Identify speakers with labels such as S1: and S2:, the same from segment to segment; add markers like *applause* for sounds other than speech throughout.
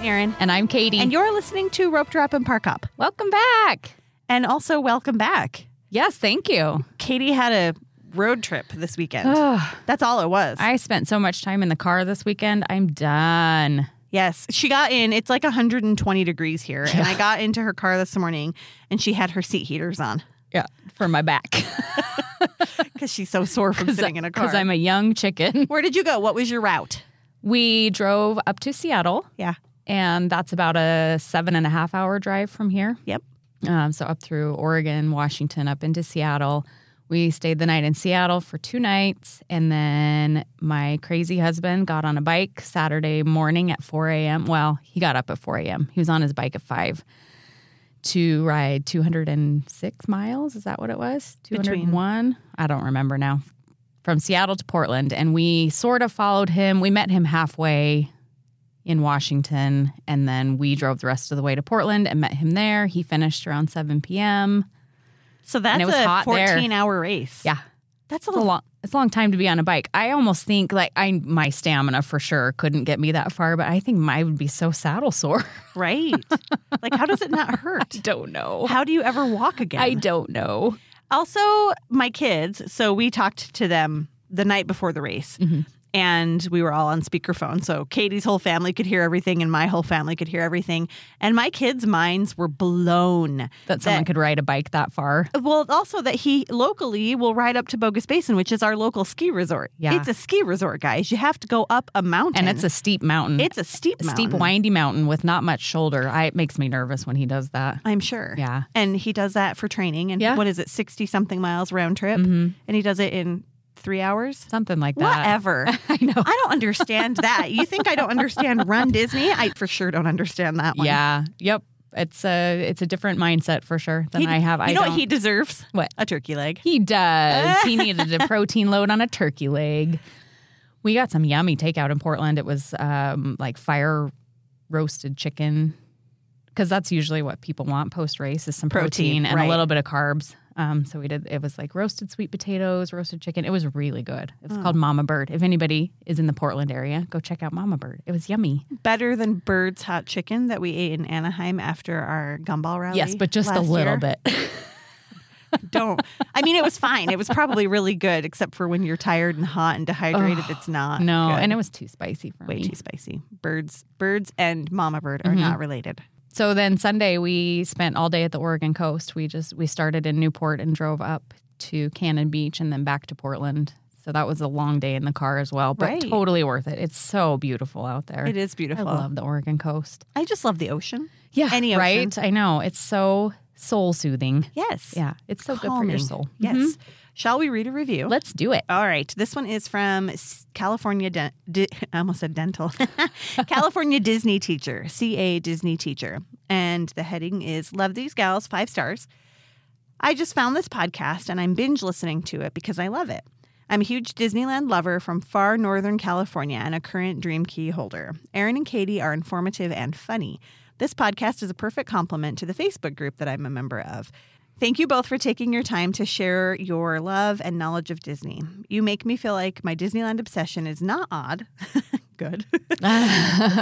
S1: Karen.
S2: And I'm Katie.
S1: And you're listening to Rope Drop and Park Up.
S2: Welcome back.
S1: And also, welcome back.
S2: Yes, thank you.
S1: Katie had a road trip this weekend.
S2: *sighs* Ugh.
S1: That's all it was.
S2: I spent so much time in the car this weekend. I'm done.
S1: yes, she got in. It's like 120 degrees here. And I got into her car this morning and she had her seat heaters on
S2: Yeah, for my back.
S1: because she's so sore from *laughs* sitting
S2: *laughs*
S1: in a car.
S2: Because I'm a young chicken.
S1: Where did you go? What was your route?
S2: We drove up to Seattle,
S1: Yeah.
S2: and that's about a seven and a half hour drive from here.
S1: Yep.
S2: Um, so up through Oregon, Washington, up into Seattle. We stayed the night in Seattle for two nights, and then my crazy husband got on a bike Saturday morning at 4 a.m. Well, he got up at 4 a.m. He was on his bike at 5 to ride 206 miles. Is that what it was?
S1: Between-
S2: 201? I don't remember now. From Seattle to Portland, and we sort of followed him. We met him halfway in Washington, and then we drove the rest of the way to Portland and met him there. He finished around 7 p.m.
S1: So that's
S2: it was
S1: a
S2: hot there.
S1: 14 hour race.
S2: Yeah,
S1: That's a
S2: it's a
S1: lot.
S2: long it's a long time to be on a bike. I almost think like I my stamina for sure couldn't get me that far, but I think mine would be so saddle sore. *laughs*
S1: Right. like, how does it not hurt?
S2: don't know.
S1: How do you ever walk again?
S2: I don't know.
S1: also, my kids. So we talked to them the night before the race.
S2: Mhm.
S1: And we were all on speakerphone. So Katie's whole family could hear everything, and my whole family could hear everything. And my kids' minds were blown.
S2: That someone could ride a bike that far.
S1: Well, also that he locally will ride up to Bogus Basin, which is our local ski resort.
S2: Yeah.
S1: It's a ski resort, guys. You have to go up a mountain.
S2: And it's a steep mountain.
S1: it's a steep
S2: a steep,
S1: mountain.
S2: windy mountain with not much shoulder. I, it makes me nervous when he does that.
S1: I'm sure.
S2: Yeah.
S1: And he does that for training. And
S2: Yeah.
S1: what is it, 60 something miles round trip?
S2: Mhm.
S1: And he does it in three hours?
S2: Something like that. *laughs*
S1: Whatever.
S2: I know.
S1: I don't understand that. You think I don't understand Run Disney? I for sure don't understand that one.
S2: Yeah. Yep. It's a it's a different mindset for sure than
S1: He-
S2: I have.
S1: You
S2: I
S1: know
S2: don't.
S1: what he deserves?
S2: What?
S1: A turkey leg.
S2: He
S1: *laughs*
S2: does. he needed a protein load on a turkey leg. We got some yummy takeout in Portland. It was um, like fire roasted chicken, because that's usually what people want post race is some
S1: Protein,
S2: protein, and
S1: right.
S2: a little bit of carbs. Um, so we did. It was like roasted sweet potatoes, roasted chicken. It was really good. It was called Mama Bird. If anybody is in the Portland area, go check out Mama Bird. It was yummy.
S1: Better than Bird's Hot Chicken that we ate in Anaheim after our gumball rally.
S2: yes, but just a
S1: last
S2: little
S1: year.
S2: bit. *laughs*
S1: Don't. I mean, it was fine. It was probably really good, except for when you're tired and hot and dehydrated. it's not.
S2: no,
S1: good.
S2: and it was too spicy for
S1: way
S2: me.
S1: too spicy. Birds, birds, and mama bird
S2: Mm-hmm.
S1: are not related.
S2: So then Sunday we spent all day at the Oregon coast. We just we started in Newport and drove up to Cannon Beach and then back to Portland. So that was a long day in the car as well, but
S1: Right.
S2: totally worth it. It's so beautiful out there.
S1: It is beautiful.
S2: I
S1: I,
S2: love the Oregon coast.
S1: just love the ocean.
S2: Yeah,
S1: Any ocean.
S2: right? I know. It's so soul soothing.
S1: Yes.
S2: Yeah, it's so good for
S1: Calming.
S2: your soul.
S1: Yes.
S2: Mhm.
S1: Shall we read a review?
S2: Let's do
S1: *laughs*
S2: it. *laughs*
S1: All right. This one is from S- California. Den- Di- *laughs* I almost said dental. *laughs* California Disney teacher, CA Disney teacher, and the heading is "Love these gals, five stars." I just found this podcast and I'm binge listening to it because I love it. I'm a huge Disneyland lover from far northern California and a current Dream Key holder. Aaron and Katie are informative and funny. This podcast is a perfect complement to the Facebook group that I'm a member of. Thank you both for taking your time to share your love and knowledge of Disney. You make me feel like my Disneyland obsession is not odd. *laughs* Good.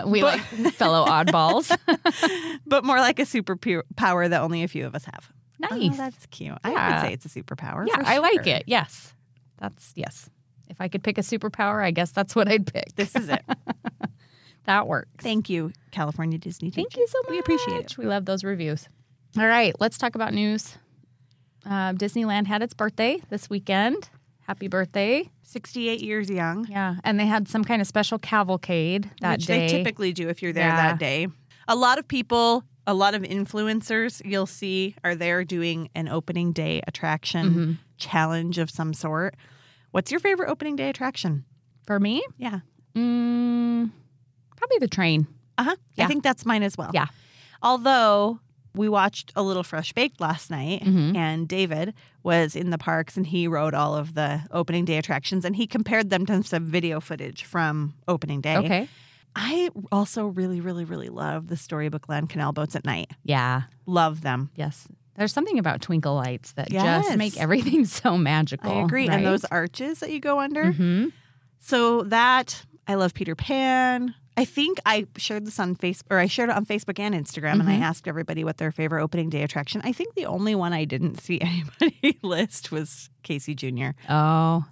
S2: we like fellow
S1: *laughs*
S2: oddballs.
S1: Oh, but more like a superpower that only a few of us have.
S2: nice.
S1: Oh, that's cute. I would
S2: Yeah.
S1: say it's a superpower.
S2: yeah,
S1: for
S2: I like
S1: sure.
S2: it. Yes. That's yes. If I could pick a superpower, I guess that's what I'd pick.
S1: This is it.
S2: That works.
S1: Thank you, California Disney.
S2: Thank
S1: teacher.
S2: you so much.
S1: We appreciate it.
S2: We love those reviews. All right, let's talk about news. Um, Disneyland had its birthday this weekend. Happy birthday.
S1: 68 years young,
S2: Yeah. And they had some kind of special cavalcade that
S1: which
S2: day.
S1: they typically do if you're there
S2: Yeah.
S1: that day. A lot of people, a lot of influencers you'll see are there doing an opening day attraction challenge of some sort. What's your favorite opening day attraction?
S2: For me,
S1: Yeah.
S2: mm, probably the train.
S1: Uh huh. I
S2: Yeah.
S1: think that's mine as well.
S2: Yeah.
S1: Although we watched a little fresh baked last night,
S2: Mhm.
S1: and David was in the parks and he rode all of the opening day attractions and he compared them to some video footage from opening day.
S2: Okay.
S1: I also really, really, really love the storybook land canal boats at night.
S2: Yeah.
S1: Love them.
S2: Yes. There's something about twinkle lights that
S1: Yes.
S2: just make everything *laughs* so magical.
S1: I agree. And
S2: right? Mm-hmm.
S1: those arches that you go under.
S2: Mhm.
S1: So that I love Peter Pan. I think I shared this on Facebook, or I shared it on Facebook and Instagram, and I
S2: Mhm.
S1: asked everybody what their favorite opening day attraction. I think the only one I didn't *laughs* see anybody list was Casey Jr.
S2: Oh,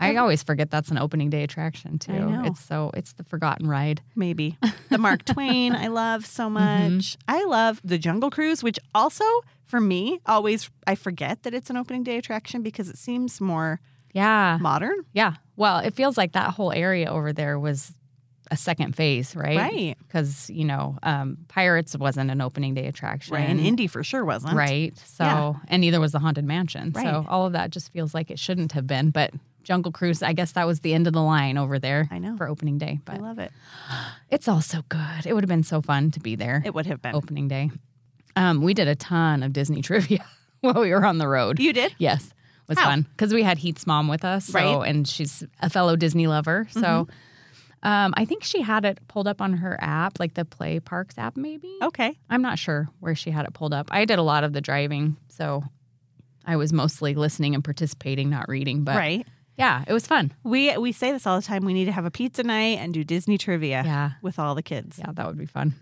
S2: I
S1: Um,
S2: always forget that's an opening day attraction too.
S1: know.
S2: It's so it's the forgotten ride.
S1: Maybe the
S2: *laughs*
S1: Mark Twain I love so
S2: Mm-hmm.
S1: much. I love the Jungle Cruise, which also for me always I forget that it's an opening day attraction because it seems more
S2: Yeah,
S1: modern,
S2: yeah. Well, it feels like that whole area over there was a second phase, right?
S1: right?
S2: Because you know, um, Pirates wasn't an opening day attraction,
S1: Right, and Indy for sure wasn't.
S2: Right. So,
S1: Yeah.
S2: and neither was the Haunted Mansion.
S1: Right.
S2: So, all of that just feels like it shouldn't have been. But Jungle Cruise, I guess that was the end of the line over there
S1: I know.
S2: for opening
S1: I
S2: day. But
S1: love it.
S2: it's all so good. It would have been so fun to be there
S1: It would have been.
S2: opening day. Um, we did a ton of Disney *laughs* trivia while we were on the road.
S1: You did?
S2: Yes. It was
S1: How?
S2: fun because we had Heath's mom with us. So,
S1: Right. Mm-hmm.
S2: And she's a fellow Disney lover. So, um, I think she had it pulled up on her app, like the Play Parks app, maybe.
S1: Okay.
S2: I'm not sure where she had it pulled up. I did a lot of the driving, so I was mostly listening and participating, not reading. But
S1: right.
S2: yeah, it was fun.
S1: We we say this all the time. We need to have a pizza night and do Disney trivia
S2: Yeah,
S1: with all the kids.
S2: yeah, that would be fun.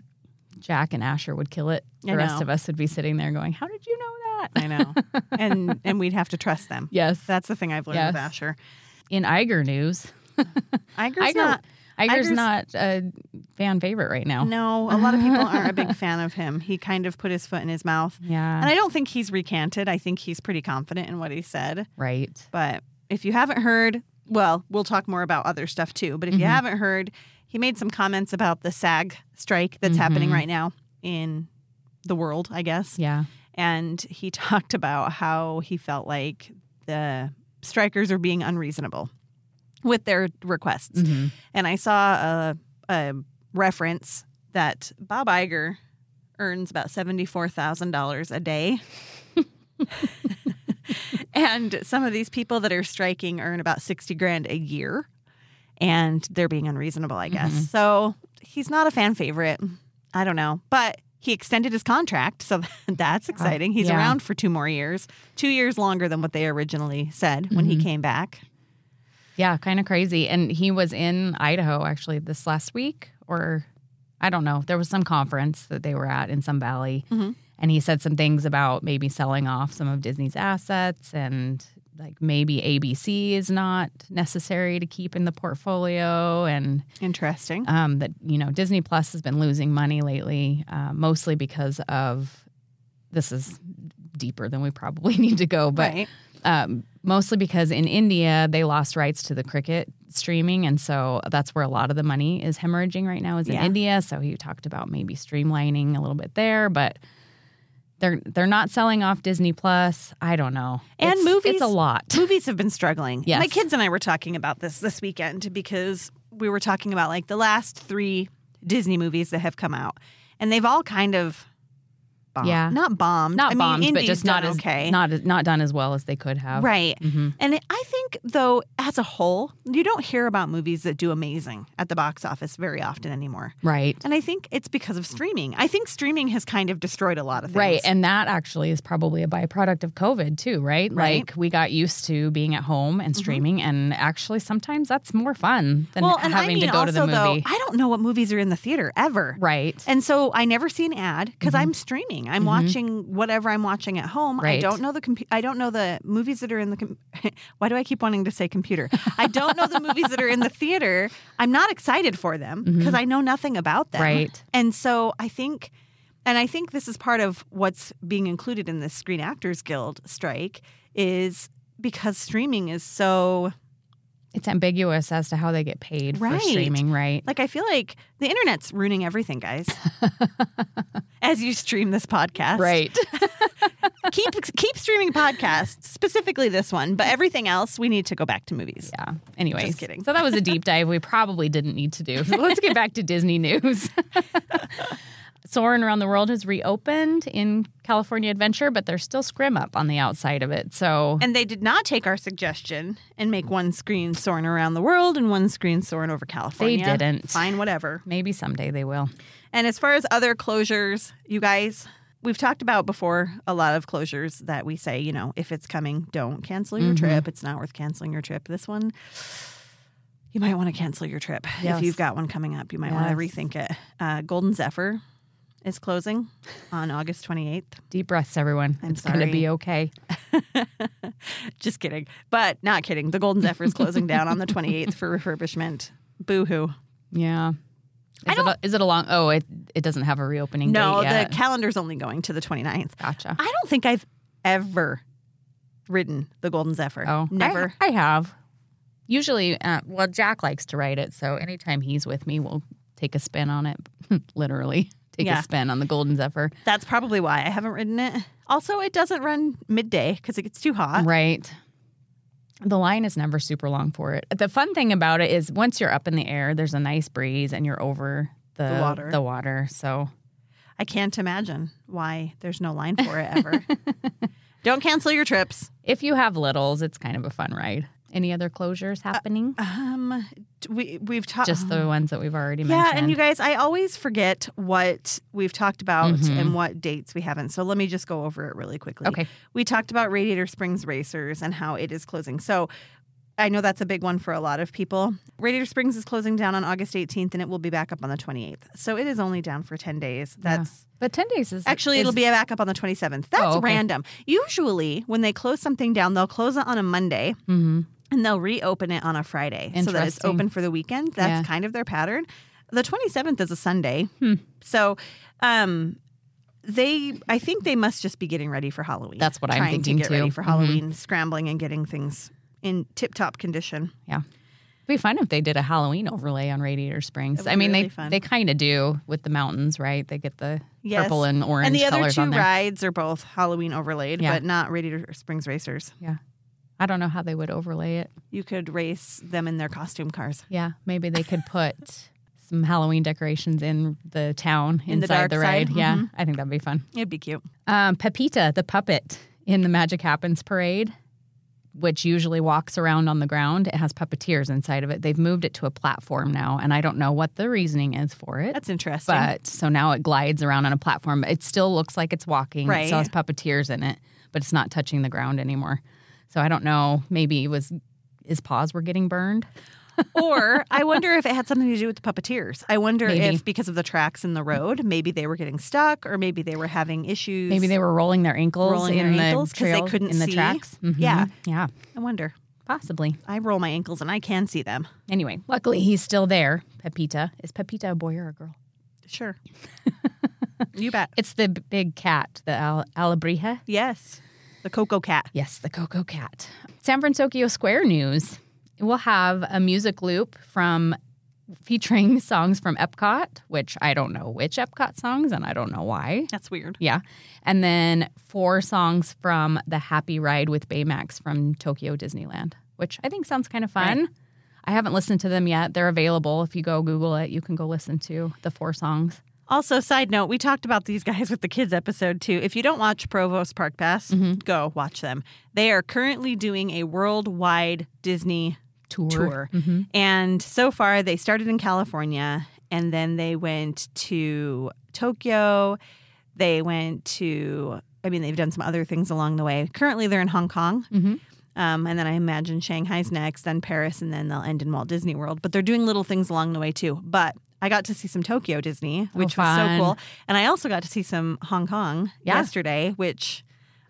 S2: Jack and Asher would kill it.
S1: I
S2: The rest
S1: know.
S2: of us would be sitting there going, "How did you know
S1: *laughs*
S2: that?"
S1: I
S2: *laughs*
S1: know, and and we'd have to trust them.
S2: Yes.
S1: That's the thing I've learned
S2: Yes.
S1: with Asher.
S2: In Iger news,
S1: Iger's
S2: Iger-
S1: not.
S2: Iger's,
S1: Iger's-
S2: not a fan favorite right now.
S1: No, a lot of people aren't a
S2: *laughs*
S1: big fan of him. He kind of put his foot in his mouth,
S2: Yeah,
S1: and I don't think he's recanted. I think he's pretty confident in what he said.
S2: right.
S1: But if you haven't heard, well, we'll talk more about other stuff too. But if you
S2: Mhm.
S1: haven't heard, he made some comments about the SAG strike that's happening
S2: Mhm.
S1: right now in the world, I guess.
S2: Yeah,
S1: and he *laughs* talked about how he felt like the strikers are being unreasonable with their requests.
S2: Mhm.
S1: And I saw a, a reference that Bob Iger earns about $74,000 a day. *laughs* and some of these people that are striking earn about 60 grand a year. And they're being unreasonable, I guess.
S2: Mhm.
S1: So he's not a fan favorite. I don't know. But he extended his contract. So *laughs* that's exciting. He's
S2: Yeah.
S1: around for two more years, two years longer than what they originally said when he
S2: Mhm.
S1: came back.
S2: yeah, kind of crazy. And he was in Idaho actually this last week, or I don't know. There was some conference that they were at in some valley.
S1: Mhm.
S2: and he said some things about maybe selling off some of Disney's assets and like maybe ABC is not necessary to keep in the portfolio and
S1: Interesting.
S2: um, that you know Disney Plus has been losing money lately uh, mostly because of this is deeper than we probably *laughs* need to go but
S1: right.
S2: um, mostly because in India they lost rights to the cricket streaming, and so that's where a lot of the money is hemorrhaging right now is in
S1: Yeah.
S2: India. So he talked about maybe streamlining a little bit there, but they're they're not selling off Disney Plus. I don't know.
S1: And
S2: It's-
S1: movies-
S2: it's a lot.
S1: movies have been struggling.
S2: Yes.
S1: My kids and I were talking about this this weekend because we were talking about like the last three Disney movies that have come out, and they've all kind of bombed.
S2: Yeah.
S1: not bombed,
S2: Not
S1: I mean,
S2: bombed, but
S1: Indies
S2: just not
S1: done
S2: as
S1: okay,
S2: not as- not done as well as they could have.
S1: right.
S2: Mhm.
S1: And I think though, as a whole, you don't hear about movies that do amazing at the box office very often anymore.
S2: Right.
S1: And I think it's because of streaming. I think streaming has kind of destroyed a lot of things.
S2: Right. And that actually is probably a byproduct of COVID too, right?
S1: Right. Mm-hmm.
S2: Like we got used to being at home and streaming and actually sometimes that's more fun than
S1: well, and
S2: having
S1: I mean
S2: to go
S1: also
S2: to the movie.
S1: though, I don't know what movies are in the theater ever.
S2: right.
S1: And so I never see an ad because I'm streaming. I'm
S2: Mhm.
S1: watching whatever I'm watching at home. I
S2: Right.
S1: don't know the compu I don't know the movies that are in the. Com- *laughs* Why do I keep wanting to say computer? I don't know the movies that are
S2: *laughs*
S1: in the theater. I'm not excited for them because I know nothing about them.
S2: Mm-hmm. Right.
S1: And so I think, and I think this is part of what's being included in this Screen Actors Guild strike is because streaming is so
S2: It's ambiguous as to how they get paid
S1: Right.
S2: for streaming, right?
S1: Like I feel like the internet's ruining everything,
S2: *laughs*
S1: guys. As you stream this podcast, *laughs* keep keep streaming podcasts, specifically this one, but everything else we need to go back to movies.
S2: Yeah. Anyways.
S1: Just kidding.
S2: So that was a deep dive we probably didn't need to do. *laughs* So let's get back to Disney news. *laughs* Soarin' Around the World has reopened in California Adventure, but there's still Scrim Up on the outside of it. So
S1: And they did not take our suggestion and make one screen soaring around the world and one screen soaring over
S2: they
S1: California.
S2: didn't.
S1: Fine, whatever.
S2: Maybe someday they will.
S1: And as far as other closures, you guys, we've talked about before a lot of closures that we say, you know, if it's coming, don't cancel your
S2: Mhm.
S1: trip. It's not worth canceling your trip. This one, You might want to cancel your trip
S2: Yes.
S1: if you've got one coming up. You might want to
S2: Yes.
S1: rethink it. Uh, Golden Zephyr is closing on August 28th.
S2: Deep breaths, everyone.
S1: I'm
S2: it's going to be
S1: sorry.
S2: okay.
S1: *laughs* Just kidding, but not kidding. The Golden Zephyr is closing down
S2: *laughs*
S1: on the 28th for refurbishment. Boo hoo.
S2: Yeah.
S1: I
S2: Is it, a, is it a long? Oh, it, it doesn't have a reopening
S1: No,
S2: date yet.
S1: the calendar's only going to the 29th.
S2: gotcha.
S1: I don't think I've ever ridden the Golden Zephyr.
S2: Oh, I-
S1: never.
S2: I, have. Usually, uh, well, Jack likes to ride it, so anytime he's with me, we'll take a spin on it. *laughs* Literally, take
S1: Yeah.
S2: a spin on the Golden Zephyr.
S1: That's probably why I haven't ridden it. Also, it doesn't run midday because it gets too hot.
S2: Right. The line is never super long for it. The fun thing about it is once you're up in the air, there's a nice breeze and you're over the,
S1: The water.
S2: The water. So
S1: I can't imagine why there's no line for it
S2: *laughs*
S1: ever. Don't cancel your trips.
S2: if you have littles, it's kind of a fun ride. Any other closures
S1: Uh,
S2: happening?
S1: Um, d- we we've talked
S2: Just the ones that we've already
S1: yeah,
S2: mentioned.
S1: and you guys, I always forget what we've talked about
S2: Mhm.
S1: and what dates we haven't. So let me just go over it really quickly.
S2: okay.
S1: we talked about Radiator Springs Racers and how it is closing. So I know that's a big one for a lot of people. Radiator Springs is closing down on August 18th and it will be back up on the 28th. So it is only down for 10 days. That's
S2: But 10 days is
S1: actually, it'll
S2: is-
S1: be back up on the 27th. That's
S2: Oh, okay.
S1: random. Usually, when they close something down, they'll close it on a Monday
S2: Mhm.
S1: and they'll reopen it on a Friday so that it's
S2: Interesting.
S1: open for the weekend. That's
S2: Yeah.
S1: kind of their pattern. The 27th is a Sunday.
S2: Hmm.
S1: So, um, they, I think they must just be getting ready for Halloween.
S2: That's what I'm
S1: trying
S2: thinking
S1: to get ready
S2: too.
S1: for
S2: Mhm.
S1: Halloween, scrambling and getting things in tip-top condition.
S2: It'd be fun if they did a Halloween overlay on Radiator Springs.
S1: That'd
S2: I
S1: be
S2: mean,
S1: really
S2: they
S1: fun.
S2: they kind of do with the mountains, right? They get the
S1: Yes.
S2: purple and orange
S1: and the other
S2: colors
S1: two
S2: on there.
S1: rides are both Halloween overlaid,
S2: Yeah.
S1: but not Radiator Springs racers.
S2: I don't know how they would overlay it.
S1: You could race them in their costume cars.
S2: Yeah, maybe they could put *laughs* some Halloween decorations in the town
S1: In the
S2: inside
S1: dark
S2: the,
S1: side,
S2: ride. Yeah,
S1: mhm.
S2: I think that'd be fun.
S1: It'd be cute.
S2: Um, Pepita, the puppet in the Magic Happens parade, which usually walks around on the ground, it has puppeteers inside of it. They've moved it to a platform now, and I don't know what the reasoning is for it.
S1: That's interesting.
S2: but so now it glides around on a platform. It still looks like it's walking. It still
S1: Right.
S2: has puppeteers in it, but it's not touching the ground anymore. So I don't know. Maybe it was his paws were getting burned.
S1: or I wonder if it had something to do with the puppeteers. I wonder
S2: Maybe.
S1: if because of the tracks in the road, maybe they were getting stuck, or maybe they were having issues.
S2: Maybe they were rolling their ankles
S1: Rolling
S2: in
S1: their
S2: the
S1: ankles 'cause they
S2: trail-
S1: couldn't
S2: in the
S1: see.
S2: tracks. Mhm.
S1: Yeah.
S2: yeah,
S1: I wonder.
S2: possibly.
S1: I roll my ankles and I can see them.
S2: Anyway, luckily he's still there. Pepita is Pepita a boy or a girl? *laughs*
S1: Sure. you bet.
S2: It's the b- big cat, the Al- Alabrija.
S1: Yes. The Coco Cat.
S2: Yes, the Coco Cat. San Francisco Square News. We'll have a music loop from featuring *laughs* songs from Epcot, which I don't know which Epcot songs and I don't know why.
S1: That's weird.
S2: Yeah. And then four songs from the Happy Ride with Baymax from Tokyo Disneyland, which I think sounds kind of fun. I haven't listened to them yet. They're available. If you go Google it, you can go listen to the four songs.
S1: Also, side note, we talked about these guys with the kids episode too. If you don't watch Provost Park Pass, go watch them. They are currently doing a worldwide Disney
S2: Tour.
S1: Tour.
S2: Mhm.
S1: And so far, they started in California and then they went to Tokyo. They went to, I mean, they've done some other things along the way. Currently, they're in Hong Kong.
S2: Mhm.
S1: Um, and then I imagine Shanghai's next, then Paris, and then they'll end in Walt Disney World. But they're doing little things along the way too. But I got to see some Tokyo Disney,
S2: Oh,
S1: which was so
S2: fun.
S1: cool. And I also got to see some Hong Kong
S2: Yeah.
S1: yesterday, which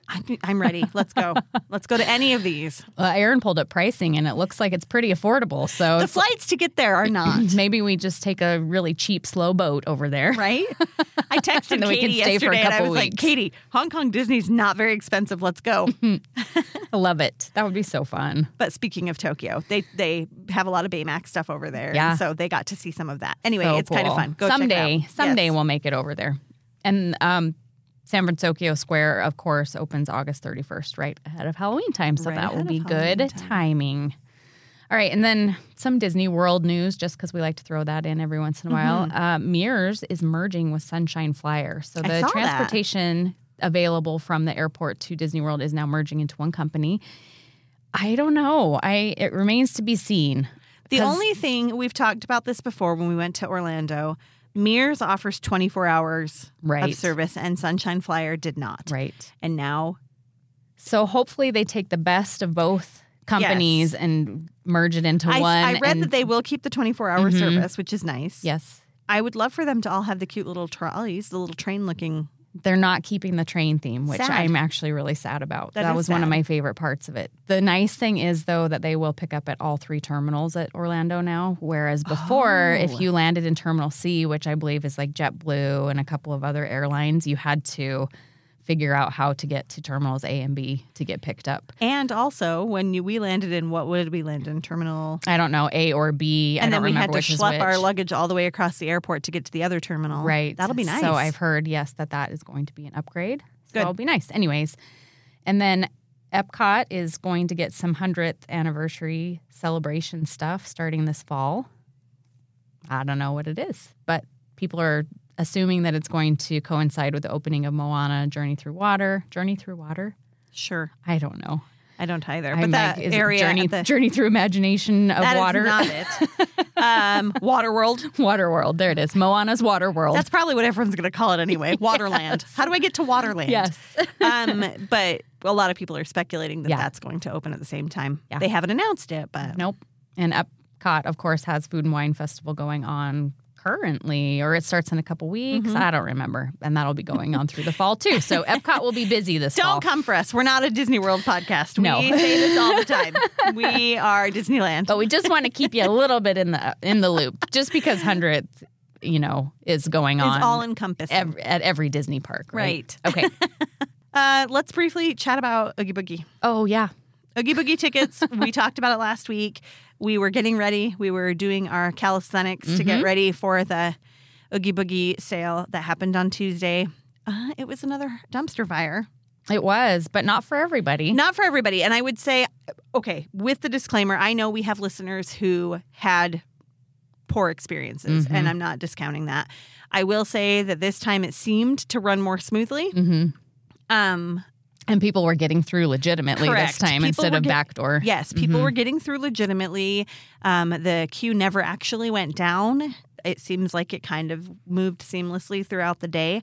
S1: I'm, I'm ready. Let's
S2: *laughs*
S1: go. Let's go to any of these.
S2: Uh, Aaron pulled up pricing and it looks like it's pretty affordable. So
S1: The flights to get there are not.
S2: *laughs* Maybe we just take a really cheap slow boat over there.
S1: right? I texted
S2: And then we
S1: Katie
S2: can stay for a
S1: yesterday, and I
S2: couple
S1: was like,
S2: weeks.
S1: "Katie, Hong Kong Disney's not very expensive. Let's
S2: *laughs*
S1: go."
S2: *laughs* I love it. That would be so fun.
S1: but speaking of Tokyo, they they have a lot of Baymax stuff over there,
S2: Yeah.
S1: and so they got to see some of that. Anyway,
S2: So
S1: it's kind of
S2: cool.
S1: fun. Go check it out.
S2: someday,
S1: Yes.
S2: someday we'll make it over there. And um, San Francisco Square, of course, opens August 31st, right ahead of Halloween time. So
S1: Right
S2: that
S1: ahead
S2: will
S1: of
S2: be
S1: Halloween
S2: good
S1: time.
S2: timing. All right, and then some Disney World news, just because we like to throw that in every once in a while. Uh, Mears is merging with Sunshine Flyer, so
S1: Mm-hmm. I
S2: the
S1: saw that.
S2: transportation available from the airport to Disney World is now merging into one company. I don't know. I it remains to be seen.
S1: The
S2: 'Cause-
S1: only thing we've talked about this before when we went to Orlando, Mears offers twenty four hours
S2: Right.
S1: of service, and Sunshine Flyer did not.
S2: Right.
S1: And now
S2: So hopefully they take the best of both companies and merge it into
S1: I,
S2: one.
S1: I read
S2: and-
S1: that they will keep the 24 hour
S2: Mhm.
S1: service, which is nice.
S2: yes,
S1: I would love for them to all have the cute little trolleys, the little train looking.
S2: they're not keeping the train theme, which
S1: Sad.
S2: I'm actually really sad about.
S1: That
S2: That,
S1: is
S2: was one
S1: sad.
S2: of my favorite parts of it. The nice thing is though that they will pick up at all three terminals at Orlando now, whereas before
S1: Oh.
S2: if you landed in Terminal C, which I believe is like JetBlue and a couple of other airlines, you had to figure out how to get to terminals A and B to get picked up.
S1: And also, when you, we landed in, what would we land in? Terminal.
S2: I don't know, A or B. I
S1: and
S2: don't
S1: then we
S2: remember
S1: had to
S2: which is
S1: schlep
S2: which.
S1: our luggage all the way across the airport to get to the other terminal.
S2: Right.
S1: That'll be nice.
S2: So I've heard, yes, that that is going to be an upgrade. So
S1: Good.
S2: it'll be nice. Anyways, and then Epcot is going to get some 100th anniversary celebration stuff starting this fall. I don't know what it is, but people are assuming that it's going to coincide with the opening of Moana Journey Through Water. Journey Through Water?
S1: Sure.
S2: I don't know.
S1: I don't either.
S2: I'm
S1: But that
S2: like, is it
S1: area. at
S2: Journey,
S1: the,
S2: Journey Through Imagination of
S1: that is
S2: Water.
S1: not it. um, Water World.
S2: *laughs* Water World. There it is. Moana's Water World.
S1: That's probably what everyone's going to call it
S2: *laughs*
S1: anyway. Waterland. How do I get to Waterland?
S2: yes.
S1: um, *laughs* but a lot of people are speculating that
S2: Yeah.
S1: that's going to open at the same time.
S2: Yeah.
S1: They haven't announced it, but
S2: Nope. And Epcot, of course, has Food and Wine Festival going on currently, or it starts in a couple weeks.
S1: Mm-hmm.
S2: I don't remember. And that'll be going on through the fall too.
S1: *laughs*
S2: So Epcot will be busy this
S1: don't
S2: fall.
S1: come for us. We're not a Disney World podcast.
S2: Oh. No.
S1: We say this all the time.
S2: *laughs*
S1: we are Disneyland.
S2: but we just want to keep you a little bit in the in the loop, just because hundredth, you know, is going on
S1: It's all encompassing.
S2: ev- at every Disney park, right?
S1: right. *laughs*
S2: Okay.
S1: Uh, let's briefly chat about Oogie Boogie.
S2: Oh yeah.
S1: Oogie Boogie
S2: *laughs*
S1: tickets. we talked about it last week. We were getting ready. We were doing our calisthenics to
S2: Mm-hmm.
S1: get ready for the Oogie Boogie sale that happened on Tuesday. Uh, it was another dumpster fire.
S2: It was, but not for everybody.
S1: Not for everybody. And I would say, okay, with the disclaimer, I know we have listeners who had poor experiences,
S2: Mhm.
S1: and I'm not discounting that. I will say that this time it seemed to run more smoothly.
S2: hmm
S1: Um,
S2: And people were getting through legitimately
S1: Correct.
S2: this time
S1: People
S2: instead
S1: were
S2: of
S1: get-
S2: backdoor.
S1: Yes, people
S2: Mhm.
S1: were getting through legitimately. Um, the queue never actually went down. It seems like it kind of moved seamlessly throughout the day.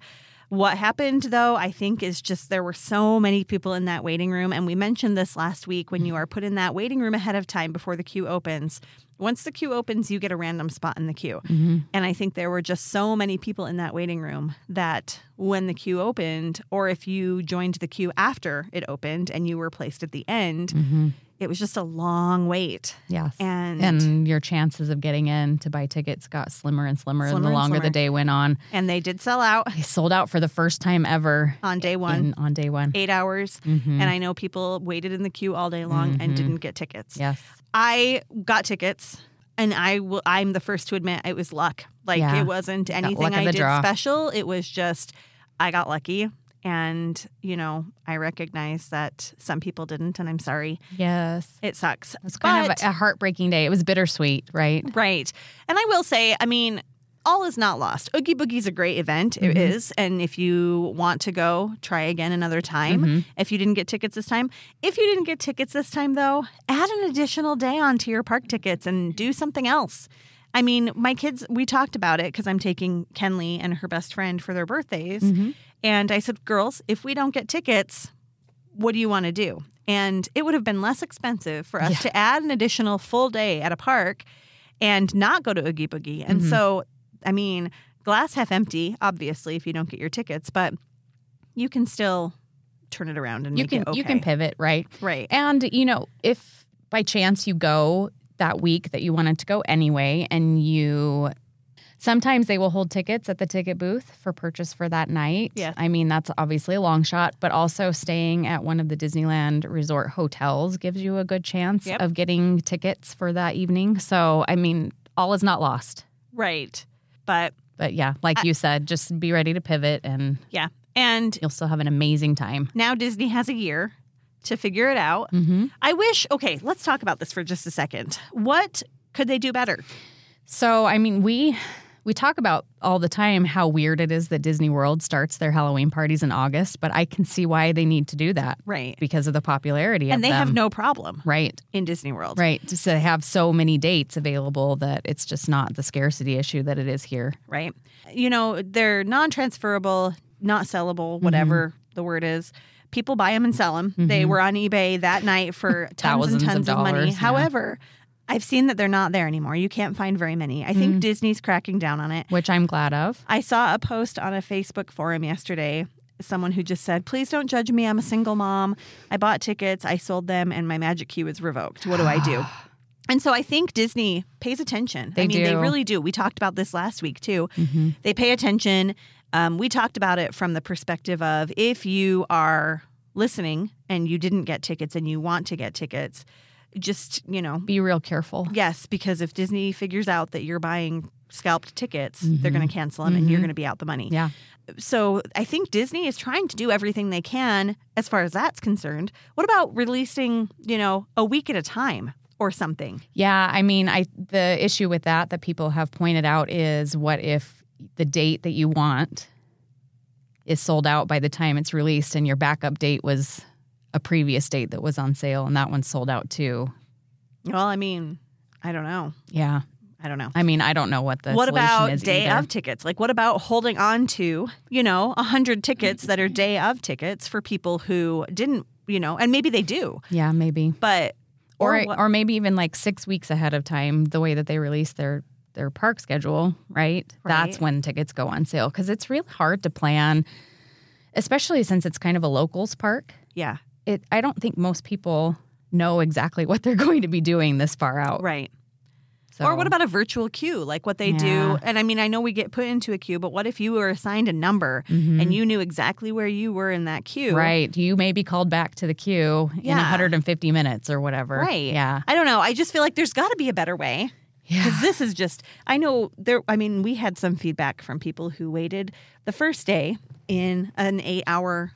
S1: What happened though, I think, is just there were so many people in that waiting room. And we mentioned this last week when you are put in that waiting room ahead of time before the queue opens. Once the queue opens, you get a random spot in the queue.
S2: hmm
S1: And I think there were just so many people in that waiting room that when the queue opened, or if you joined the queue after it opened and you were placed at the end,
S2: hmm
S1: it was just a long wait
S2: Yes.
S1: and and,
S2: and your chances of getting in to buy tickets got slimmer and slimmer,
S1: Slimmer
S2: the
S1: and
S2: longer
S1: slimmer.
S2: the day went on.
S1: they did sell out
S2: They sold out for the first time ever
S1: on day one
S2: in- on day one.
S1: eight hours
S2: Mhm.
S1: and i know people waited in the queue all day long and
S2: Mhm.
S1: didn't get tickets
S2: yes,
S1: i got tickets and i will i'm the first to admit it was luck like
S2: Yeah.
S1: it wasn't
S2: luck
S1: anything
S2: of
S1: i
S2: the
S1: did
S2: draw.
S1: special it was just i got lucky and you know i recognize that some people didn't and i'm sorry
S2: yes.
S1: it sucks
S2: It was kind
S1: But-
S2: of a, a heartbreaking day. It was bittersweet, right?
S1: Right. And I will say, I mean, all is not lost. Oogie Boogie's a great event. It is,
S2: Mhm.
S1: And if you want to go, try again another time.
S2: Mhm.
S1: If you didn't get tickets this time, if you didn't get tickets this time, though, add an additional day onto your park tickets and do something else. I mean, my kids, we talked about it because I'm taking Kenley and her best friend for their birthdays.
S2: Mhm.
S1: And I said, girls, if we don't get tickets, what do you want to do? And it would have been less expensive for us
S2: Yeah.
S1: to add an additional full day at a park and not go to Oogie Boogie. And
S2: Mhm.
S1: so, I mean, glass half empty, obviously, if you don't get your tickets, but you can still turn it around and
S2: You
S1: make
S2: can
S1: it okay.
S2: you can pivot, right?
S1: Right.
S2: And you know, if by chance you go that week that you wanted to go anyway, and you sometimes they will hold tickets at the ticket booth for purchase for that night.
S1: Yeah.
S2: I mean, that's obviously a long shot, but also staying at one of the Disneyland resort hotels gives you a good chance
S1: Yep.
S2: of getting tickets for that evening. So, I mean, all is not lost.
S1: Right. But
S2: But yeah, like
S1: I-
S2: you said, just be ready to pivot and
S1: yeah. And
S2: you'll still have an amazing time.
S1: now Disney has a year to figure it out.
S2: Mm-hmm.
S1: I wish, okay, let's talk about this for just a second. What could they do better?
S2: So, I mean, we we talk about all the time how weird it is that Disney World starts their Halloween parties in August, but I can see why they need to do that
S1: Right.
S2: because of the popularity of
S1: And they have
S2: them.
S1: no problem
S2: right,
S1: in Disney World.
S2: right. Just to have so many dates available that it's just not the scarcity issue that it is here.
S1: right?
S2: Mm-hmm.
S1: You know, they're non transferable, not sellable, whatever the word is. People buy them and sell them. They
S2: Mhm.
S1: were on eBay that night
S2: *laughs*
S1: for tons and
S2: Thousands of
S1: tons of, money.
S2: dollars, yeah.
S1: However, I've seen that they're not there anymore. You can't find very many. I think
S2: Mm.
S1: Disney's cracking down on it.
S2: which I'm glad of.
S1: I saw a post on a Facebook forum yesterday. Someone who just said, "Please don't judge me. I'm a single mom. I bought tickets, I sold them, and my magic key was revoked. What do I
S2: *gasps*
S1: do?" And so I think Disney pays attention. I
S2: They
S1: mean, they
S2: do.
S1: really do. We talked about this last week too.
S2: hmm
S1: They pay attention. Um, we talked about it from the perspective of if you are listening and you didn't get tickets and you want to get tickets, just you know,
S2: Be real careful.
S1: Yes, because if Disney figures out that you're buying scalped tickets, they're
S2: Mhm.
S1: going to cancel them and you're
S2: Mhm.
S1: going to be out the money.
S2: Yeah.
S1: So I think Disney is trying to do everything they can as far as that's concerned. What about releasing, you know, a week at a time or something?
S2: Yeah, I mean, I the issue with that that people have pointed out is what if the date that you want is sold out by the time it's released and your backup date was a previous date that was on sale and that one's sold out too.
S1: Well, I mean, I don't know.
S2: Yeah.
S1: I don't know.
S2: I mean, I don't know what the
S1: what
S2: solution
S1: about
S2: is
S1: day
S2: either.
S1: of tickets? Like, what about holding on to, you know, 100 tickets that are day of tickets for people who didn't, you know, and maybe they do,
S2: Yeah, maybe.
S1: but.
S2: Or
S1: what-
S2: or maybe even like 6 weeks ahead of time the way that they release their their park schedule, right? That's
S1: Right.
S2: when tickets go on sale cuz it's really hard to plan especially since it's kind of a locals park.
S1: yeah,
S2: it I don't think most people know exactly what they're *laughs* going to be doing this far out.
S1: right.
S2: So,
S1: Or what about a virtual queue? Like what they do.
S2: Yeah.
S1: And I mean, I know we get put into a queue, but what if you were assigned a number
S2: Mhm.
S1: and you knew exactly where you were in that queue?
S2: Right, you may be called back to the queue in
S1: Yeah.
S2: 150 minutes or whatever.
S1: Right.
S2: Yeah.
S1: I don't know. I just feel like there's got to be a better way because
S2: *sighs* Yeah.
S1: this is just, I know there, I mean, we had some feedback from people who waited the first day in an eight hour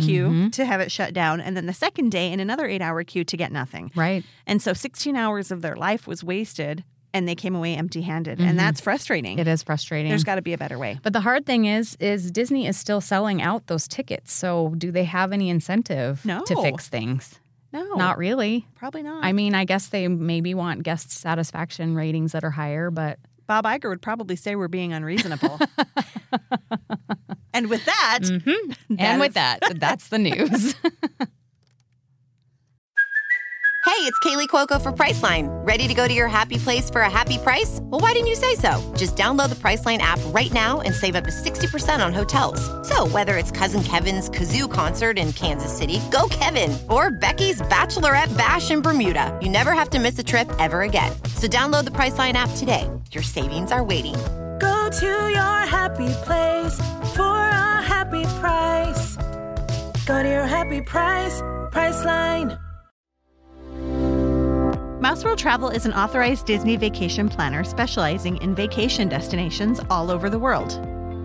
S1: queue
S2: Mm-hmm.
S1: to have it shut down and then the second day in another eight hour queue to get nothing.
S2: Right.
S1: And so 16 hours of their life was wasted and they came away empty handed.
S2: Mhm.
S1: And that's frustrating.
S2: It is frustrating.
S1: There's got to be a better way.
S2: but the hard thing is is Disney is still selling out those tickets. So do they have any incentive
S1: No.
S2: to fix things?
S1: No,
S2: Not really.
S1: Probably not.
S2: I mean, I guess they maybe want guest satisfaction ratings that are higher, but
S1: Bob Iger would probably say we're being unreasonable. and with that,
S2: and with
S1: is-
S2: that,
S1: *laughs*
S2: that's the news.
S3: Hey, it's Kaylee Cuoco for Priceline. Ready to go to your happy place for a happy price? Well, why didn't you say so? Just download the Priceline app right now and save up to 60% on hotels. So, whether it's Cousin Kevin's Kazoo concert in Kansas City, go Kevin, or Becky's Bachelorette Bash in Bermuda, you never have to miss a trip ever again. So, download the Priceline app today. Your savings are waiting.
S4: Go to your happy place for a happy price. Go to your happy price, Priceline.
S1: Mouse World Travel is an authorized Disney vacation planner specializing in vacation destinations all over the world.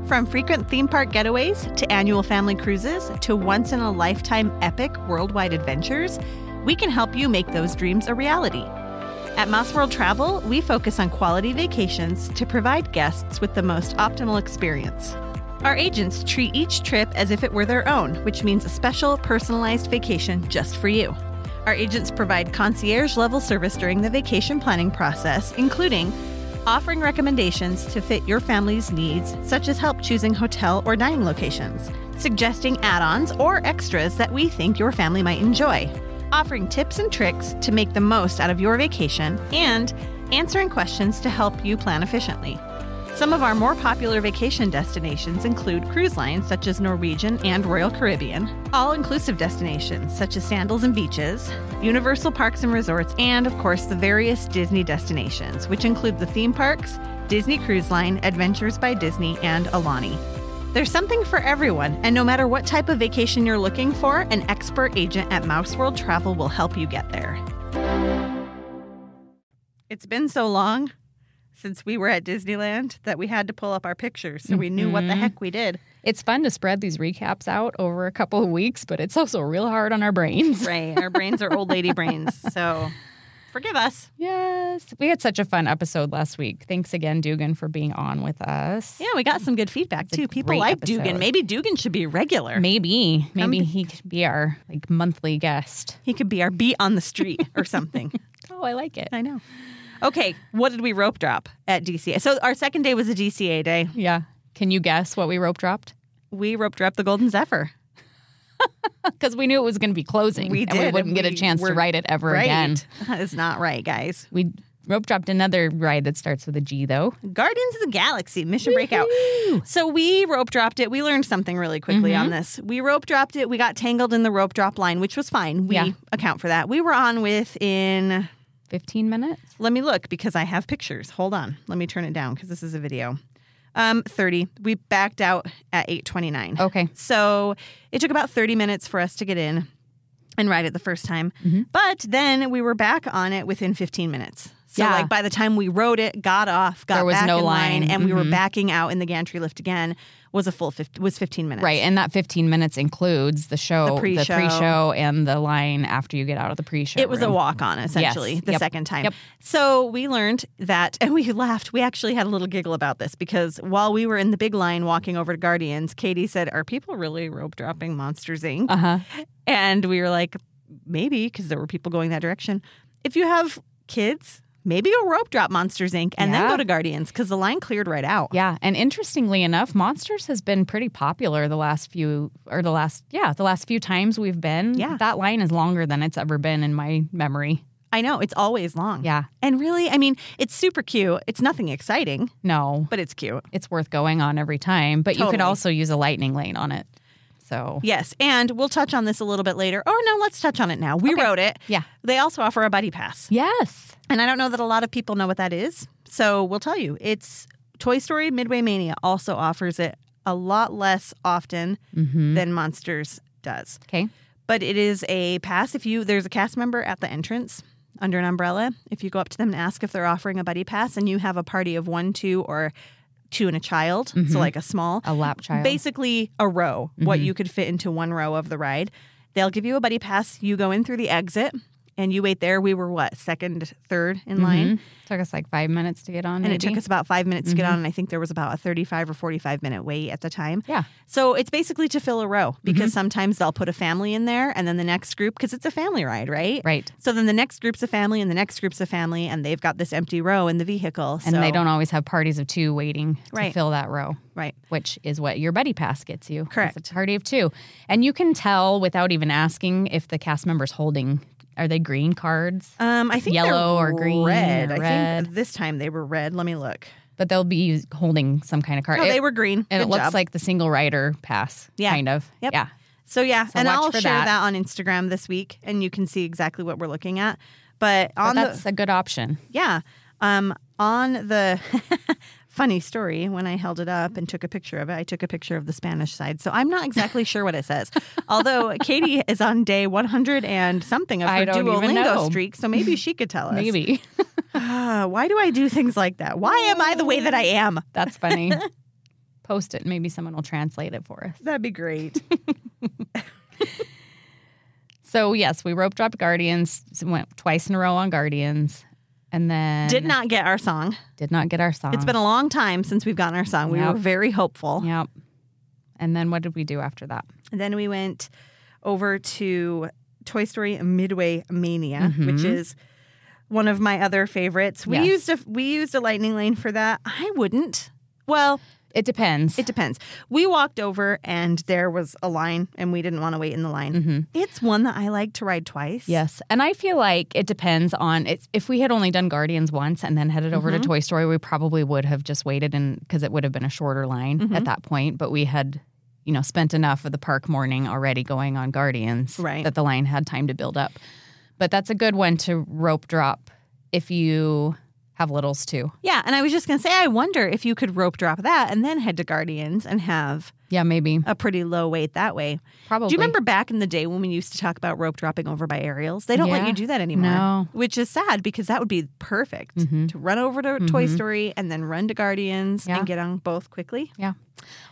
S1: From frequent theme park getaways to annual family cruises to once in a lifetime epic worldwide adventures, we can help you make those dreams a reality. At Mouse World Travel, we focus on quality vacations to provide guests with the most optimal experience. Our agents treat each trip as if it were their own, which means a special personalized vacation just for you. Our agents provide concierge level service during the vacation planning process, including offering recommendations to fit your family's needs, such as help choosing hotel or dining locations, suggesting add ons or extras that we think your family might enjoy, offering tips and tricks to make the most out of your vacation, and answering questions to help you plan efficiently. Some of our more popular vacation destinations include cruise lines such as Norwegian and Royal Caribbean, all inclusive destinations such as Sandals and Beaches, Universal Parks and Resorts, and of course the various Disney destinations, which include the theme parks, Disney Cruise Line, Adventures by Disney, and Alani. There's something for everyone, and no matter what type of vacation you're looking for, an expert agent at Mouse World Travel will help you get there. It's been so long since we were at Disneyland that we had to pull up our pictures so we knew what the heck we did.
S2: It's fun to spread these recaps out over a couple of weeks, but it's also real hard on our brains. *laughs*
S1: Right. Our brains are old lady brains. So forgive us.
S2: Yes. We had such a fun episode last week. Thanks again, Dugan, for being on with us.
S1: Yeah, we got some good feedback
S2: a
S1: too. People
S2: great
S1: like Dugan.
S2: episode.
S1: Maybe Dugan should be regular.
S2: Maybe. Maybe
S1: to-
S2: he could be our like monthly guest.
S1: He could be our beat on the street or *laughs* something.
S2: Oh, I like it.
S1: I know. Okay, what did we rope drop at DCA? So our second day was a DCA day.
S2: Yeah. Can you guess what we rope dropped? *laughs*
S1: We rope dropped the Golden Zephyr.
S2: because we knew it was going to be closing.
S1: We
S2: And
S1: did,
S2: we
S1: and
S2: wouldn't get a
S1: we
S2: chance to
S1: were
S2: ride it ever
S1: right.
S2: again.
S1: That is not right, guys.
S2: We rope dropped another ride that starts with a G, though.
S1: Guardians of the Galaxy Mission Breakout. So we rope dropped it. We learned something really quickly
S2: Mm-hmm.
S1: on this. We rope dropped it. We got tangled in the rope drop line, which was fine. We
S2: Yeah.
S1: account for that. We were on within
S2: 15 minutes.
S1: Let me look because I have pictures. Hold on. Let me turn it down because this is a video. Um, 30. We backed out at 829.
S2: Okay.
S1: So it took about 30 minutes for us to get in and ride it the first time.
S2: Mm-hmm.
S1: But then we were back on it within 15 minutes. So
S2: Yeah.
S1: like by the time we rode it, got off, got
S2: There was
S1: back
S2: no
S1: in line,
S2: line.
S1: and we were
S2: Mhm.
S1: backing out in the gantry lift again was a full 50, was 15 minutes.
S2: Right. And that 15 minutes includes the show,
S1: The pre-show.
S2: show and the line after you get out of the pre show.
S1: It was a walk on essentially the
S2: Yep.
S1: second time.
S2: Yep.
S1: So we learned that, and we laughed. We actually had a little giggle about this because while we were in the big line walking over to Guardians, Katie said, "Are people really rope dropping Monsters Inc?"
S2: Uh huh.
S1: And we were like, "Maybe," because there were people going that direction. If you have kids, maybe you'll rope drop Monsters Inc. and then
S2: Yeah.
S1: go to Guardians because the line cleared right out.
S2: Yeah. And interestingly enough, Monsters has been pretty popular the last few, or the last, yeah, the last few times we've been.
S1: Yeah.
S2: That line is longer than it's ever been in my memory.
S1: I know it's always long.
S2: Yeah.
S1: And really, I mean, it's super cute. It's nothing exciting,
S2: No,
S1: but it's cute.
S2: it's worth going on every time, but you could
S1: Totally.
S2: also use a lightning lane on it. So,
S1: Yes, and we'll touch on this a little bit later. Or no, let's touch on it now. We wrote it.
S2: yeah.
S1: They also offer a buddy pass.
S2: Yes.
S1: And I don't know that a lot of people know what that is. So we'll tell you. It's Toy Story Midway Mania also offers it a lot less often
S2: Mm-hmm.
S1: than Monsters does.
S2: Okay.
S1: But it is a pass if you there's a cast member at the entrance under an umbrella. If you go up to them and ask if they're offering a buddy pass and you have a party of one, two, or two and a child, so like a small
S2: Mm-hmm. A lap child. Mm-hmm.
S1: basically a row, what you could fit into one row of the ride. They'll give you a buddy pass. You go in through the exit and you wait there. We were what, second, third in line?
S2: Mhm. Took us like five minutes to get on.
S1: And it
S2: maybe. Mm-hmm.
S1: took us about five minutes to get on. And I think there was about a 35 or 45 minute wait at the time.
S2: Yeah.
S1: So it's basically to fill a
S2: Mm-hmm.
S1: row because sometimes they'll put a family in there and then the next group, because it's a family ride, right?
S2: Right.
S1: So then the next group's a family and the next group's a family and they've got this empty row in the vehicle.
S2: And
S1: so,
S2: they don't always have parties of two waiting to
S1: Right.
S2: fill that row,
S1: Right.
S2: which is what your buddy pass gets you. It's
S1: Correct.
S2: a party of two. And you can tell without even asking if the cast member's holding, are they green cards?
S1: Um, I think they're
S2: Yellow or green or
S1: Red. I
S2: red.
S1: think this time they were red. Let me look.
S2: But they'll be us- holding some kind of card.
S1: No,
S2: It-
S1: they were green.
S2: and it
S1: Good
S2: looks
S1: job.
S2: like the single rider pass,
S1: Yeah.
S2: kind of.
S1: Yep.
S2: Yeah.
S1: so. Yeah, and
S2: watch
S1: I'll
S2: for
S1: share
S2: that.
S1: that. on Instagram this week, and you can see exactly what we're looking at. But
S2: But
S1: on
S2: that's
S1: the
S2: a
S1: *laughs*
S2: good option.
S1: yeah, um, on the *laughs* funny story when I held it up and took a picture of it, I took a picture of the Spanish side, so I'm not exactly sure what it says.
S2: *laughs*
S1: Although Katie is on day 100 and something of
S2: I
S1: her
S2: don't even know.
S1: Duolingo streak, so maybe she could
S2: *laughs*
S1: tell us.
S2: Maybe.
S1: Ah, why do I do things like that? Why am I the way that I am? *laughs*
S2: that's funny. Post it. Maybe someone will translate it for us.
S1: That'd be great.
S2: So yes, we rope dropped Guardians. Went twice in a row on Guardians, and then
S1: Did not get our song.
S2: did not get our song.
S1: It's been a long time since we've gotten our song. We
S2: Yep.
S1: were very hopeful.
S2: yep. And then what did we do after that?
S1: And then we went over to Toy Story Midway Mania, which is one of my other favorites. We
S2: Yes.
S1: used a we used a lightning lane for that. I wouldn't. Well,
S2: It depends.
S1: it depends. We walked over and there was a line and we didn't want to wait in the line.
S2: Mm-hmm.
S1: It's one that I like to ride twice.
S2: yes, and I feel like it depends on it's, if we had only done Guardians once and then headed over to Toy Story, we probably would have just waited and because it would have been a shorter line at that point. But we had, you know, spent enough of the park morning already going on Guardians
S1: Right.
S2: that the line had time to build up. But that's a good one to rope drop if you have littles too.
S1: Yeah, and I was just going to say I wonder if you could rope drop that and then head to Guardians and have
S2: Yeah, maybe.
S1: a pretty low weight that way.
S2: Probably.
S1: Do you remember back in the day when we used to talk about rope dropping over by aerials? They don't let
S2: Yeah.
S1: you do that anymore.
S2: No. Mm-hmm.
S1: Which is sad because that would be perfect to run over to Toy Story and then run to Guardians
S2: Yeah.
S1: and get on both quickly.
S2: Yeah.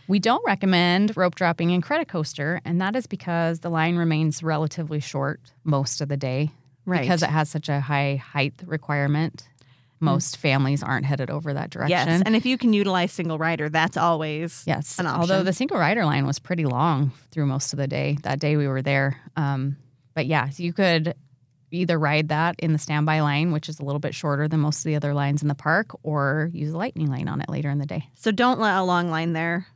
S2: We don't recommend rope dropping and credit coaster, and that is because the line remains relatively short most of the day.
S1: Right.
S2: Because it has such a high height requirement. Most families aren't headed over that direction.
S1: Mm. Yes. And if you can utilize single rider, that's always
S2: yes.
S1: an
S2: Although
S1: option.
S2: the single rider line was pretty long through most of the day, that day we were there. Um, but yeah, so you could either ride that in the standby line, which is a little bit shorter than most of the other lines in the park, or use a lightning lane on it later in the day.
S1: so don't let a long line there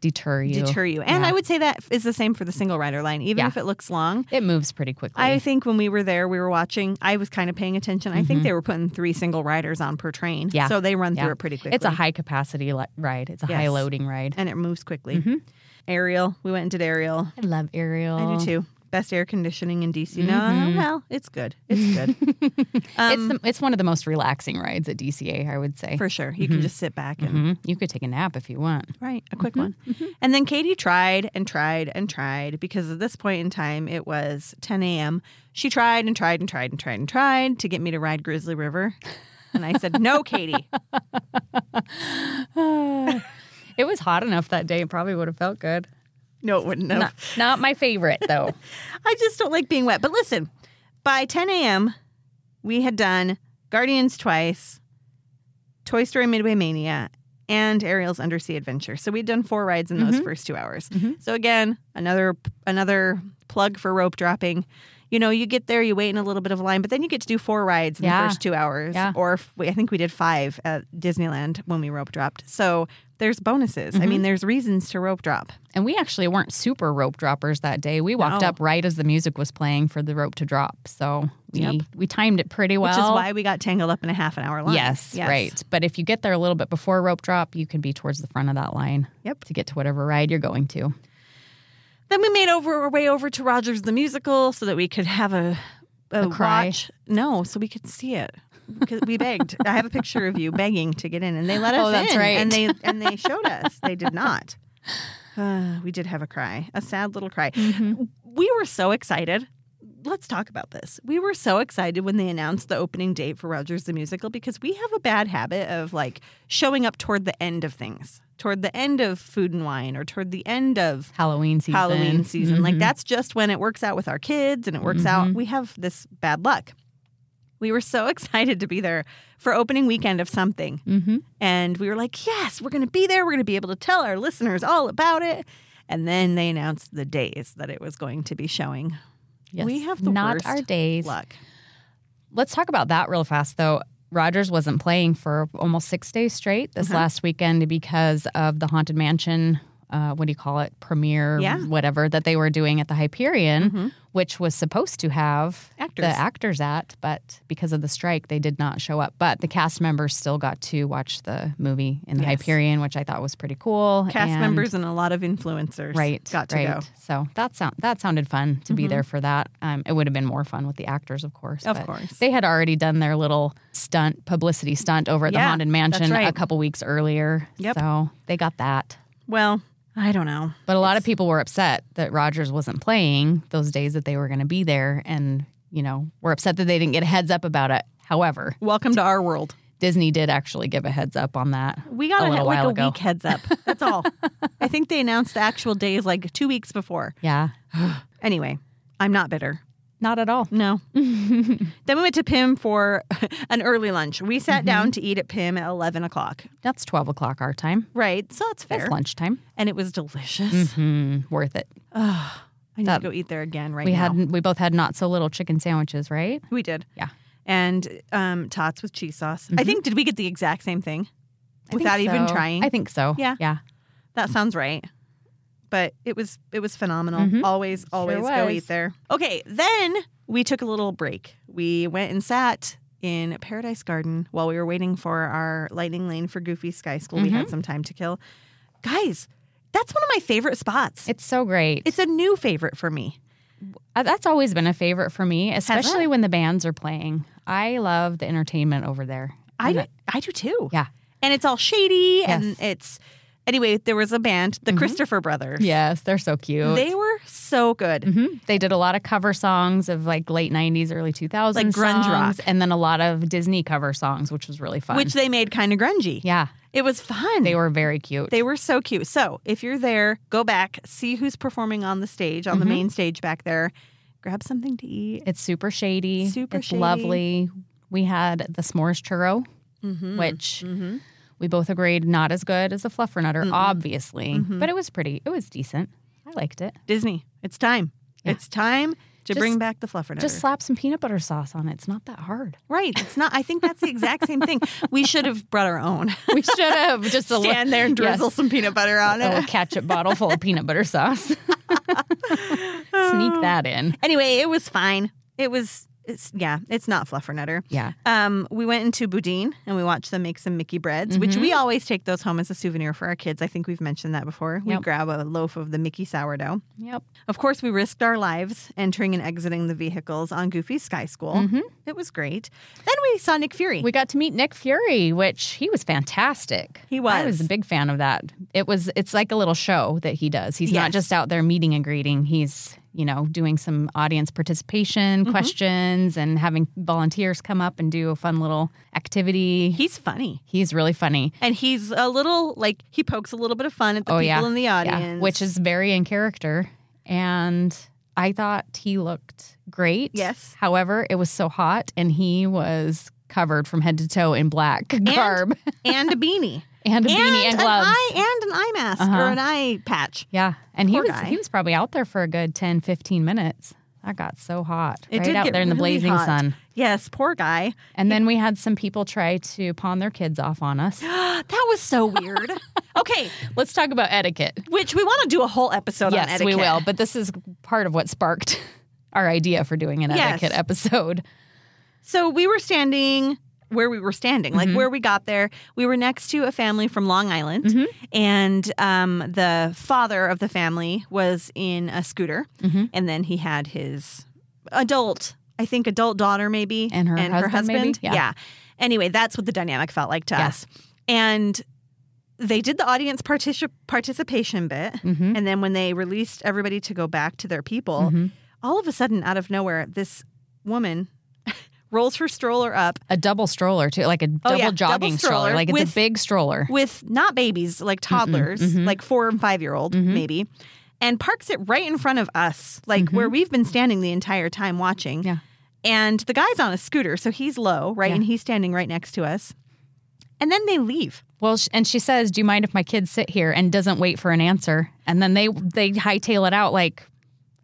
S2: deter you.
S1: deter you. And
S2: Yeah.
S1: I would say that is the same for the single rider line, even
S2: Yeah.
S1: if it looks long.
S2: It moves pretty quickly.
S1: I think when we were there, we were watching. I was kind of paying attention. I think they were putting three single riders on per train.
S2: Mm-hmm. Yeah.
S1: So they run
S2: Yeah.
S1: through it pretty quickly.
S2: It's a high capacity li- ride. It's a high
S1: Yes.
S2: loading ride.
S1: And it moves quickly. Ariel, we went and did Ariel.
S2: I love Ariel.
S1: I do too. Best air conditioning in DC. No, well, it's good. It's good
S2: it's the, it's one of the most relaxing rides at DCA, I would say.
S1: Um, for sure. You can just sit back and
S2: Mhm. You could take a nap if you want.
S1: right a quick one. And then Katie tried and tried and tried because at this point in time it was 10 a.m. She tried and tried and tried and tried and tried to get me to ride Grizzly River, and I said no, Katie.
S2: It was hot enough that day; it probably would have felt good.
S1: No, it wouldn't have.
S2: Not, not my favorite
S1: *laughs*
S2: though.
S1: I just don't like being wet. But listen, by 10 a.m., we had done Guardians twice, Toy Story Midway Mania, and Ariel's Undersea Adventure. So we'd done four rides in those
S2: Mm-hmm.
S1: first two hours. So again, another another plug for rope dropping. You know, you get there, you wait in a little bit of a line, but then you get to do four rides in
S2: Yeah.
S1: the first two hours.
S2: Yeah.
S1: Or if we, I think we did five at Disneyland when we rope dropped. So there's bonuses.
S2: Mm-hmm.
S1: I mean, there's reasons to rope drop.
S2: and we actually weren't super rope droppers that day. We walked
S1: No.
S2: up right as the music was playing for the rope to drop, so we
S1: Yep.
S2: we timed it pretty well.
S1: Which is why we got tangled up in a half an hour line.
S2: Yes, right. But if you get there a little bit before rope drop, you can be towards the front of that line.
S1: Yep.
S2: To get to whatever ride you're going to.
S1: Then we made over our way over to Rogers the Musical so that we could have a a,
S2: A cry?
S1: watch. No, so we could see it. 'Cause We begged. I have a picture of you begging to get in, and they let us
S2: Oh, that's
S1: in.
S2: right.
S1: And
S2: *laughs*
S1: they and they showed us. They did not. *sighs* Uh, we did have a cry, a sad little cry.
S2: Mm-hmm.
S1: We were so excited. Let's talk about this. We were so excited when they announced the opening date for Rogers the Musical because we have a bad habit of like showing up toward the end of things, toward the end of Food and Wine, or toward the end of
S2: Halloween season. Mm-hmm.
S1: Halloween season. Like that's just when it works out with our kids and it works out. We have this bad luck. We were so *laughs* excited to be there for opening weekend of something.
S2: Mm-hmm.
S1: And we were like, yes, we're going to be there. We're going to be able to tell our listeners all about it. And then they announced the days that it was going to be showing.
S2: Yes.
S1: We have the
S2: not
S1: worst
S2: our days.
S1: Luck.
S2: Let's talk about that real fast though. Rogers wasn't playing for almost six days straight
S1: Uh-huh.
S2: this last weekend because of the Haunted Mansion. Uh, what do you call it? Premiere,
S1: Yeah. Mm-hmm.
S2: whatever that they were doing at the Hyperion, which was supposed to have
S1: Actors.
S2: the actors at, but because of the strike, they did not show up. But the cast members still got to watch the movie in the
S1: Yes.
S2: Hyperion, which I thought was pretty cool.
S1: Cast
S2: And-
S1: members and a lot of influencers
S2: right,
S1: got to
S2: right.
S1: go. Mm-hmm.
S2: So that sound that sounded fun to be there for that. Um, it would have been more fun with the actors, of course.
S1: Of
S2: but
S1: course.
S2: they had already done their little stunt publicity stunt over at the
S1: Yeah,
S2: Haunted Mansion
S1: that's right.
S2: a couple weeks earlier.
S1: Yep.
S2: So they got that.
S1: Well, I don't know.
S2: But a lot of people were upset that Rogers wasn't playing those days that they were going to be there, and you know were upset that they didn't get a heads up about it. However,
S1: Welcome to our world.
S2: Disney did actually give a heads up on that.
S1: We got
S2: a
S1: a,
S2: little
S1: like
S2: while
S1: a
S2: ago.
S1: week heads up. That's
S2: *laughs*
S1: all. I think they announced the actual days like two weeks before.
S2: Yeah,
S1: Anyway, I'm not bitter.
S2: not at all.
S1: *laughs* No. then we went to Pim for *laughs* an early lunch. We sat down to eat at Pim at 11 o'clock.
S2: That's twelve o'clock our time.
S1: Right. So that's Mm. fair.
S2: That's lunchtime.
S1: And it was delicious.
S2: Hmm, worth it.
S1: I need to go eat there again right
S2: We
S1: now.
S2: had we both had not so little chicken sandwiches, right?
S1: we did.
S2: Yeah.
S1: And um, tots with cheese sauce. I think, did we get the exact same thing without even trying?
S2: I think so.
S1: Yeah.
S2: yeah.
S1: That sounds right. But it was it was phenomenal. Always, always go
S2: Mm-hmm. was.
S1: eat there. Okay, then we took a little break. We went and sat in Paradise Garden while we were waiting for our lightning lane for Goofy Sky School. We
S2: Mm-hmm.
S1: had some time to kill. Guys, that's one of my favorite spots.
S2: It's so great.
S1: It's a new favorite for me.
S2: Uh, That's always been a favorite for me, especially when the bands are playing. I love the entertainment over there.
S1: I do, I do too.
S2: Yeah.
S1: And it's all shady and
S2: Yes. Mm-hmm.
S1: it's anyway, there was a band, the Christopher Brothers.
S2: Yes, they're so cute. They,
S1: They were so good.
S2: Mm-hmm. they did a lot of cover songs of like late 90s, early 2000s.
S1: Like grunge
S2: songs,
S1: rock.
S2: And then a lot of Disney cover songs, which was really fun.
S1: Which they made kind of grungy.
S2: yeah,
S1: It was fun.
S2: they were very cute.
S1: They were so cute. So if you're there, go back, see who's performing on the stage, on the
S2: Mm-hmm.
S1: main stage back there. Grab something to eat.
S2: It's super shady.
S1: Super
S2: it's
S1: shady. Mm,
S2: lovely. We had the s'mores churro, Mm-hmm, which we both agreed not as good as the fluffernutter, Mm-hmm. obviously, but it was pretty. It was decent. I liked it.
S1: Disney, it's time. It's time to
S2: Just-
S1: bring back the fluffernutter.
S2: Just slap some peanut butter sauce on it. It's not that hard.
S1: right. It's not. I think that's the exact same thing. We should have brought our
S2: *laughs*
S1: own.
S2: *laughs* We should have just a little,
S1: Stand there and drizzle
S2: *laughs* yes, Oh.
S1: some peanut butter on
S2: a
S1: it.
S2: little ketchup bottle full of peanut butter *laughs* sauce. Sneak that in.
S1: Anyway, it was fine. It was. It's yeah. It's not fluffernutter.
S2: Yeah.
S1: Um, we went into Boudin and we watched them make some Mickey breads,
S2: Mm-hmm.
S1: which we always take those home as a souvenir for our kids. I think we've mentioned that before. We
S2: Yep.
S1: grab a loaf of the Mickey sourdough.
S2: Yep.
S1: Of course, we risked our lives entering and exiting the vehicles on Goofy's Sky School. It was great. Then we saw Nick Fury.
S2: Mm-hmm. We got to meet Nick Fury, which he was fantastic.
S1: He
S2: I
S1: was.
S2: was a big fan of that. It was it's like a little show that he does. He's not
S1: Yes.
S2: just out there meeting and greeting. He's, you know, doing some audience
S1: Mm-hmm.
S2: participation questions and having volunteers come up and do a fun little activity.
S1: he's funny.
S2: He's really funny.
S1: And he's a little like he pokes a little bit of fun at the
S2: oh
S1: people
S2: yeah.
S1: in the
S2: Yeah.
S1: audience.
S2: Which is *laughs* very in character. And I thought he looked great.
S1: Yes.
S2: However, it was so hot and he was covered from head to toe in black garb. *laughs*
S1: and a beanie.
S2: and a beanie
S1: and
S2: and gloves.
S1: An eye, and an eye mask or
S2: Uh-huh.
S1: an eye patch.
S2: yeah, and he
S1: Poor
S2: was
S1: guy.
S2: he was probably out there for a good 10, 15 minutes. That got so hot,
S1: It
S2: right
S1: did
S2: out
S1: get
S2: there in the
S1: really
S2: blazing
S1: hot.
S2: sun.
S1: Yes, poor guy.
S2: And then we had some people try to pawn their kids off
S1: *gasps*
S2: on us.
S1: That was so
S2: *laughs*
S1: weird. okay,
S2: Let's talk about etiquette.
S1: which we want to do a whole episode on
S2: yes,
S1: etiquette.
S2: we will. But this is part of what sparked *laughs* our idea for doing an
S1: Yes. *laughs*
S2: etiquette episode.
S1: So we were standing where we were standing,
S2: Mm-hmm.
S1: like where we got there. We were next to a family from Long Island,
S2: Mm-hmm.
S1: and um, the father of the family was in a scooter,
S2: Mm-hmm.
S1: and then he had his adult, I think, adult daughter maybe,
S2: And her husband, maybe?
S1: Yeah.
S2: Yeah.
S1: Anyway, that's what the dynamic felt like to
S2: Yeah.
S1: us, and. They did the audience partici- participation bit,
S2: Mhm.
S1: and then when they released everybody to go back to their people,
S2: Mhm.
S1: all of a sudden, out of nowhere, this woman *laughs* rolls her stroller up
S2: A double stroller too, like a
S1: Oh,
S2: double
S1: yeah, double
S2: jogging stroller.
S1: stroller
S2: Like it's
S1: with-
S2: a big stroller.
S1: with not babies, like toddlers,
S2: mhm.
S1: like four and five year old,
S2: Mhm.
S1: maybe, and parks it right in front of us, like where we've been standing the entire time watching.
S2: Mm-hmm. Yeah.
S1: And the guy's on a scooter, so he's low, right?
S2: Yeah.
S1: And he's standing right next to us. And then they leave.
S2: Well, sh- and she says, "Do you mind if my kids sit here?" and doesn't wait for an answer, and then they they hightail it out like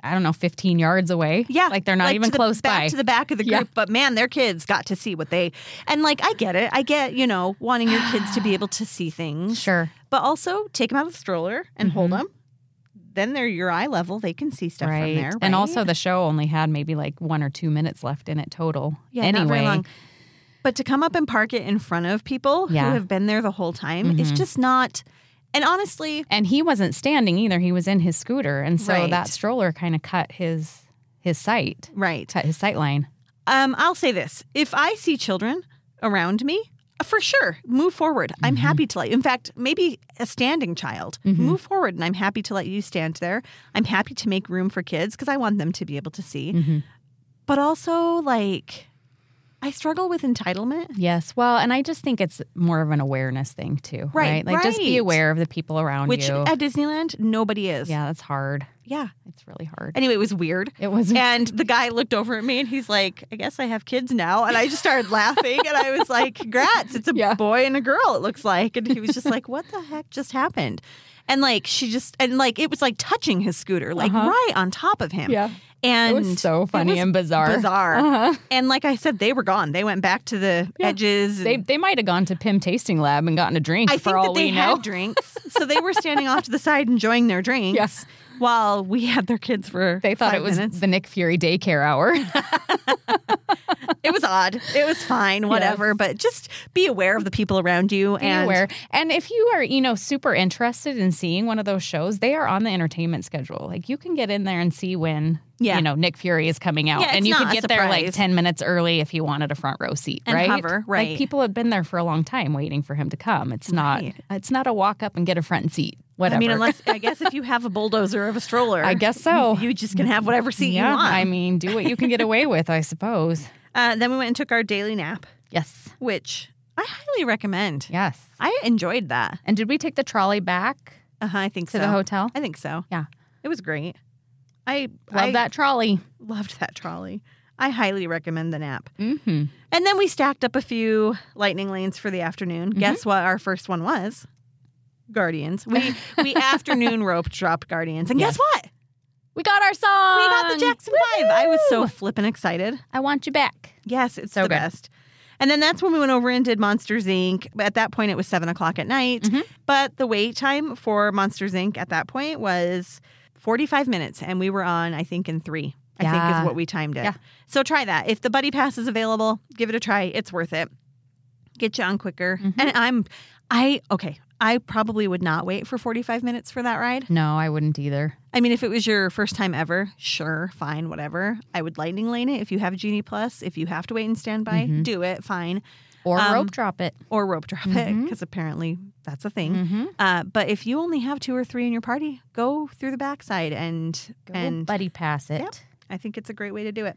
S2: I don't know, fifteen yards away.
S1: Yeah.
S2: like they're not even
S1: to the-
S2: close
S1: back
S2: by.
S1: to the back of the group.
S2: *laughs* Yeah.
S1: But man, their kids got to see what they, and like, I get it. I get, you know, wanting your kids to be able to see things.
S2: *sighs* sure, Mm-hmm.
S1: but also take them out of the stroller and hold 'em. hold them. Then they're your eye level; they can see stuff
S2: right.
S1: from there.
S2: And
S1: right?
S2: also, the show only had maybe like one or two minutes left in it total.
S1: yeah,
S2: anyway,
S1: not very long. But to come up and park it in front of people
S2: Yeah. Mm-hmm.
S1: who have been there the whole time is just not. And honestly,
S2: and he wasn't standing either; he was in his scooter, and so
S1: Right.
S2: that stroller kind of cut his his sight,
S1: right?
S2: cut his sight line.
S1: Um, I'll say this: if I see children around me. uh, For sure, move forward. I'm
S2: Mm-hmm.
S1: happy to let you. In fact, maybe a standing child, move forward, and I'm happy to let you stand there. I'm happy to make room for kids because I want them to be able to see.
S2: Mm-hmm.
S1: But also, like, I struggle with entitlement.
S2: Yes, well, and I just think it's more of an awareness thing too,
S1: Right,
S2: right? Like just be
S1: right.
S2: aware of the people around
S1: which
S2: you.
S1: at Disneyland nobody is.
S2: yeah, that's hard.
S1: Yeah.
S2: It's really hard.
S1: Anyway, it was weird.
S2: It was
S1: *laughs* And the guy looked over at me and he's like, I guess I have kids now. And I just started laughing and I was like, congrats. It's a
S2: Yeah.
S1: boy and a girl, it looks like. And he was just like, what the heck just happened? And like, she just, and like, it was like touching his scooter, like right on top of him.
S2: Uh-huh. Yeah.
S1: And
S2: was so
S1: it
S2: funny
S1: was
S2: and bizarre. Uh-huh.
S1: Bizarre. And like I said, they were gone. They went back to the edges.
S2: they
S1: and-
S2: they might have gone to Pim Tasting Lab and gotten a drink
S1: I
S2: for
S1: think
S2: all
S1: that they
S2: we know.
S1: had drinks, so they were standing off to the side enjoying their
S2: *laughs*
S1: drinks.
S2: Yes.
S1: While we had their kids for
S2: *laughs* They thought
S1: five
S2: it was
S1: minutes.
S2: the Nick Fury daycare hour. *laughs*
S1: it was odd. It was fine, whatever. But just be aware of the people around you and
S2: Anywhere. And if you are, you know, super interested in seeing one of those shows, they are on the entertainment schedule. Like you can get in there and see when
S1: Yeah.
S2: you know Nick Fury is coming out.
S1: Yeah, it's
S2: and you
S1: not
S2: could
S1: a
S2: get there like
S1: surprise.
S2: ten minutes early if you wanted a front row seat,
S1: And
S2: right?
S1: hover, right.
S2: Like people have been there for a long time waiting for him to come. It's not
S1: Right.
S2: it's not a walk up and get a front seat. Whatever.
S1: I mean, unless I guess if you have a bulldozer of a stroller,
S2: I guess so.
S1: *laughs* You just can have whatever seat
S2: yeah,
S1: you want.
S2: I mean, do what you can get away with, I suppose.
S1: uh, then we went and took our daily nap,
S2: *laughs* Yes.
S1: which I highly recommend.
S2: Yes.
S1: I enjoyed that.
S2: And did we take the trolley back
S1: Uh-huh, I think
S2: to
S1: so.
S2: the hotel?
S1: I think so.
S2: Yeah.
S1: It was great. I
S2: Love
S1: I
S2: that trolley.
S1: Loved that trolley. I highly recommend the nap.
S2: Mm-hmm.
S1: And then we stacked up a few lightning lanes for the afternoon. Guess what our first one was? Guardians. We we afternoon rope dropped Guardians. And guess
S2: Yes.
S1: what?
S2: We got our song.
S1: We got the Jackson Five. I was so flippin' excited.
S2: I want you back.
S1: Yes, it's
S2: So
S1: the
S2: good.
S1: best. And then that's when we went over and did Monsters Inc. But At that point, it was seven o'clock at night.
S2: Mm-hmm.
S1: But the wait time for Monsters Inc. at that point was 45 minutes. And we were on, I think, in three, I think
S2: Yeah.
S1: is what we timed it.
S2: Yeah.
S1: So try that. If the Buddy Pass is available, give it a try. It's worth it. Get you on quicker.
S2: Mm-hmm.
S1: And I'm, I, okay, I probably would not wait for 45 minutes for that ride.
S2: No, I wouldn't either.
S1: I mean, if it was your first time ever, sure, fine, whatever. I would lightning lane it. If you have Genie Plus, if you have to wait and stand by, do it, fine.
S2: Or
S1: Um,
S2: rope drop it.
S1: Or rope drop it, 'cause it, because apparently that's a
S2: Mm-hmm.
S1: thing. Uh, but if you only have two or three in your party, go through the backside and
S2: Go
S1: and
S2: buddy pass it.
S1: Yep. I think it's a great way to do it.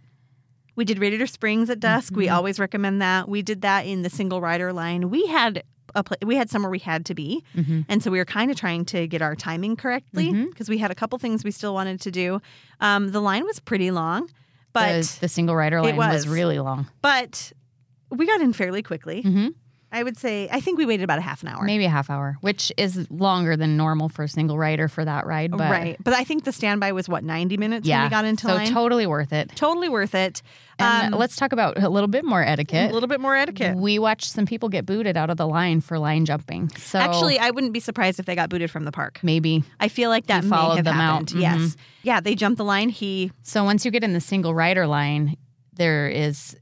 S1: We did Radiator Springs at dusk.
S2: Mm-hmm.
S1: We always recommend that. We did that in the single rider line. We had a pla- we had somewhere we had to be,
S2: Mm-hmm.
S1: and so we were kind of trying to get our timing correctly because we had a couple things we still wanted to do. Um, the line was pretty long, but
S2: the, the single rider line
S1: was.
S2: was. really long.
S1: but we got in fairly quickly.
S2: Mhm.
S1: I would say I think we waited about a half an hour.
S2: Maybe a half hour, which is longer than normal for a single rider for that ride. But
S1: right, but I think the standby was what ninety minutes
S2: Yeah.
S1: when we got into
S2: so
S1: line.
S2: totally worth it.
S1: totally worth it. Um,
S2: And let's talk about Um, a little bit more
S1: a
S2: etiquette.
S1: little bit more etiquette.
S2: We watched some people get booted out of the line for line jumping. So
S1: Actually, I wouldn't be surprised if they got booted from the park.
S2: maybe.
S1: I feel like that
S2: You
S1: may
S2: followed
S1: have
S2: them out. Mm-hmm.
S1: happened. Yes. Yeah, they jumped the line. He
S2: So once you get in the single rider line, there is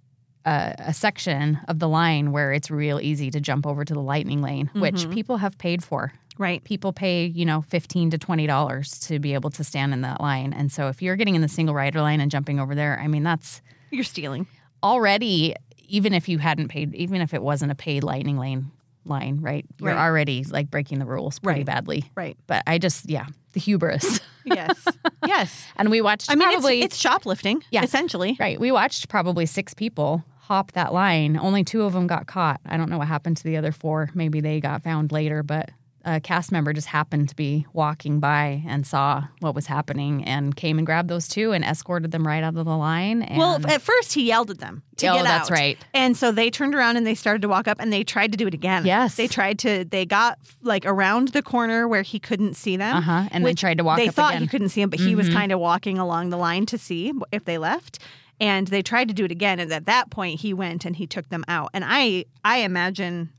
S2: a, a section of the line where it's real easy to jump over to the lightning lane,
S1: Mm-hmm.
S2: which people have paid for.
S1: right.
S2: People pay, you know, fifteen to twenty dollars to be able to stand in that line. And so if you're getting in the single rider line and jumping over there, I mean that's
S1: You're stealing.
S2: already even if you hadn't paid even if it wasn't a paid lightning lane line, right? You're
S1: Right.
S2: already like breaking the rules pretty
S1: Right.
S2: badly.
S1: Right.
S2: But I just yeah, the hubris. *laughs*
S1: Yes. *laughs* yes.
S2: and we watched
S1: I mean, it's,
S2: probably
S1: it's shoplifting.
S2: Yeah.
S1: Essentially.
S2: Right. We watched probably six people hop that line. Only two of them got caught. I don't know what happened to the other four. Maybe they got found later, but a cast member just happened to be walking by and saw what was happening and came and grabbed those two and escorted them right out of the line. And
S1: Well, at first he yelled at them to
S2: Oh,
S1: get
S2: that's
S1: out.
S2: right.
S1: And so they turned around and they started to walk up and they tried to do it again.
S2: Yes.
S1: They tried to they got like around the corner where he couldn't see them.
S2: Uh-huh, and then
S1: which
S2: tried to walk
S1: They
S2: up
S1: thought
S2: again. Mm-hmm.
S1: he couldn't see him, but he was kind of walking along the line to see if they left. And they tried to do it again and at that point he went and he took them out. And I I imagine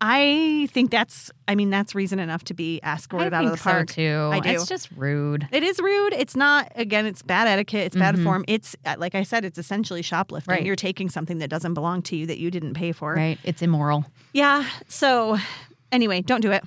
S1: I think that's I mean that's reason enough to be
S2: I
S1: escorted
S2: think
S1: out of the
S2: so
S1: park
S2: too.
S1: I do.
S2: It's just rude.
S1: It is rude. It's not again. It's bad etiquette. It's bad form. It's uh, like I said. It's essentially shoplifting.
S2: Mm-hmm. Right.
S1: You're taking something that doesn't belong to you that you didn't pay for.
S2: Right. It's immoral.
S1: Yeah. So, anyway, don't do it.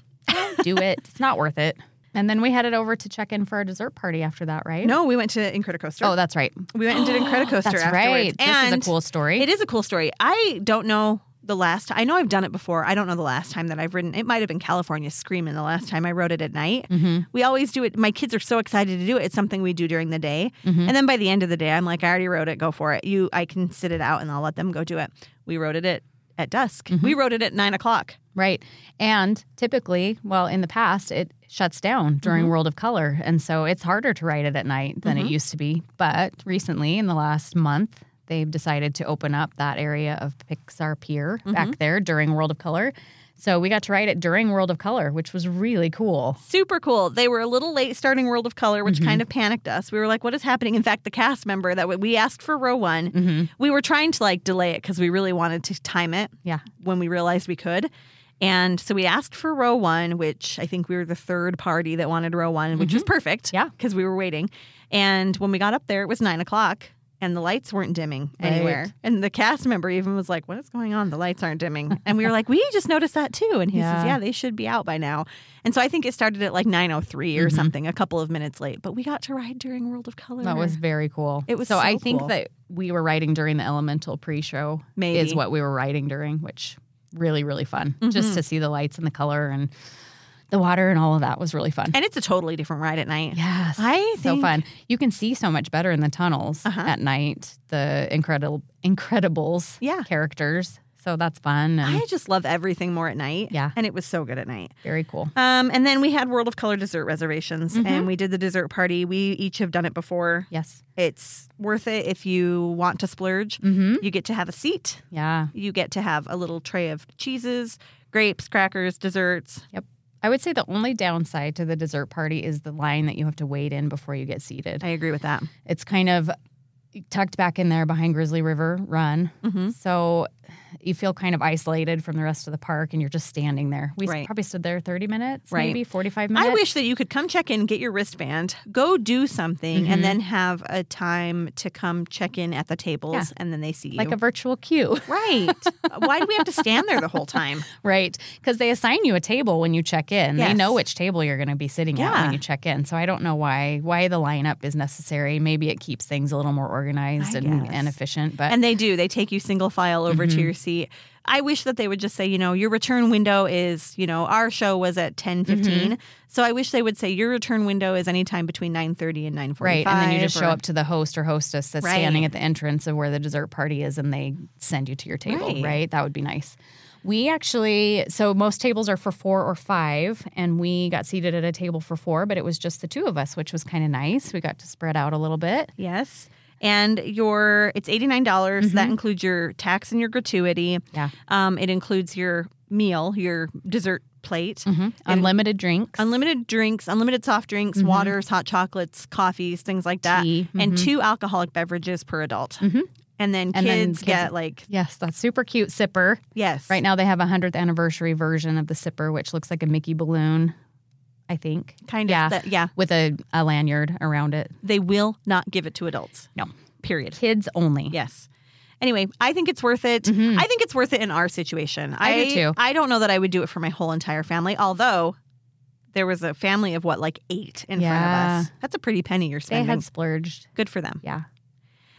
S2: do it. It's not worth it. And then we headed over to check in for our dessert party after that, right?
S1: No, we went to Incredicoaster.
S2: Oh, that's right.
S1: we went and did Incredicoaster.
S2: *gasps* That's
S1: afterwards.
S2: right. This is a
S1: And
S2: cool story.
S1: It is a cool story. I don't know the last. I know I've done it before. I don't know the last time that I've ridden. It might have been California Screaming the last time I rode it at night.
S2: Mm-hmm.
S1: We always do it. My kids are so excited to do it. It's something we do during the day,
S2: Mm-hmm.
S1: and then by the end of the day, I'm like, I already rode it. Go for it. You, I can sit it out, and I'll let them go do it. We rode it at at dusk.
S2: Mm-hmm.
S1: We rode it at nine o'clock.
S2: Right. And typically, well, in the past, it shuts down during World of Color. And so it's harder to ride it at night than it used to be. But recently, in the last month, they've decided to open up that area of Pixar Pier back there during World of Color. So we got to ride it during World of Color, which was really cool.
S1: Super cool. They were a little late starting World of Color, which kind of panicked us. We were like, "What is happening?" In fact, the cast member that we- we asked for row one, we were trying to like delay it because we really wanted to time it.
S2: Yeah.
S1: when we realized we could. And so we asked for row one, which I think we were the third party that wanted row one, which was perfect.
S2: Mm-hmm. Yeah.
S1: Because we were waiting. And when we got up there, it was nine o'clock and the lights weren't dimming anywhere. And the cast member even was like, What is going on? The lights aren't dimming. And we were like, We just noticed that too. And he says,
S2: Yeah.
S1: Yeah, they should be out by now. And so I think it started at like 9.03
S2: Mm-hmm.
S1: or something, a couple of minutes late. But we got to ride during World of Color.
S2: That was very cool.
S1: It was
S2: so, I
S1: so
S2: think
S1: cool.
S2: that we were riding during the Elemental pre-show
S1: Maybe.
S2: is what we were riding during, which really really fun.
S1: Mm-hmm.
S2: Just to see the lights and the color and the water and all of that was really fun.
S1: And it's a totally different ride at night.
S2: Yes.
S1: I
S2: so
S1: think- Uh-huh.
S2: fun. You can see so much better in the tunnels at night. The incredible Incredibles
S1: Yeah.
S2: characters. So that's fun and
S1: I just love everything more at night.
S2: Yeah.
S1: And it was so good at night.
S2: very cool.
S1: Um, and then we had World of Color dessert reservations,
S2: Mm-hmm.
S1: and we did the dessert party. We each have done it before.
S2: Yes.
S1: It's worth it if you want to splurge.
S2: Mm-hmm.
S1: You get to have a seat.
S2: Yeah.
S1: You get to have a little tray of cheeses, grapes, crackers, desserts.
S2: Yep. I would say the only downside to the dessert party is the line that you have to wait in before you get seated.
S1: I agree with that.
S2: It's kind of tucked back in there behind Grizzly River Run.
S1: Mm-hmm.
S2: So you feel kind of isolated from the rest of the park and you're just standing there. We
S1: Right.
S2: probably stood there 30 minutes,
S1: Right.
S2: maybe 45 minutes.
S1: I wish that you could come check in, get your wristband, go do something,
S2: Mhm.
S1: and then have a time to come check in at the tables,
S2: Yeah.
S1: and then they see you.
S2: like a *laughs* virtual queue,
S1: right. Why do we have to stand there the whole time?
S2: right? Because they assign you a table when you check in. They
S1: Yes.
S2: know which table you're going to be sitting at
S1: Yeah.
S2: when you check in. So I don't know why why the lineup is necessary. Maybe it keeps things a little more organized
S1: I
S2: and,
S1: guess.
S2: and efficient.
S1: *laughs*
S2: But
S1: And they do. They take you single file over
S2: Mm-hmm.
S1: to your seat. I wish that they would just say, you know, your return window is, you know, our show was at
S2: Mm-hmm.
S1: 10:15. So I wish they would say your return window is anytime between 9:30 and 9:45.
S2: Right, and then you just show
S1: or-
S2: up to the host or hostess that's standing
S1: Right.
S2: at the entrance of where the dessert party is, and they send you to your table. Right,
S1: Right.
S2: that would be nice. We actually, so most tables are for four or five, and we got seated at a table for four, but it was just the two of us, which was kind of nice. We got to spread out a little bit.
S1: Yes. And your it's eighty nine dollars. That includes your tax and your gratuity.
S2: Mm-hmm. Yeah.
S1: Um, it includes your meal, your dessert plate,
S2: Unlimited drinks.
S1: unlimited drinks, unlimited soft drinks, waters, hot chocolates, coffees, things like that,
S2: Mm-hmm. Tea, Mm-hmm.
S1: and two alcoholic beverages per adult. And then
S2: And
S1: kids,
S2: then kids-
S1: get like
S2: yes, that's super cute sipper.
S1: yes,
S2: Right now they have a 100th anniversary version of the sipper, which looks like a Mickey balloon, I think.
S1: kind of
S2: Yeah.
S1: that- yeah.
S2: With a, a lanyard around it.
S1: They will not give it to adults.
S2: No.
S1: Period.
S2: Kids only.
S1: Yes. Anyway, I think it's worth it. I think it's worth it in our situation.
S2: Mm-hmm. I do too.
S1: I don't know that I would do it for my whole entire family, although there was a family of what, like eight in
S2: Yeah.
S1: front of us. That's a pretty penny you're
S2: They
S1: spending.
S2: had splurged.
S1: Good for them.
S2: Yeah.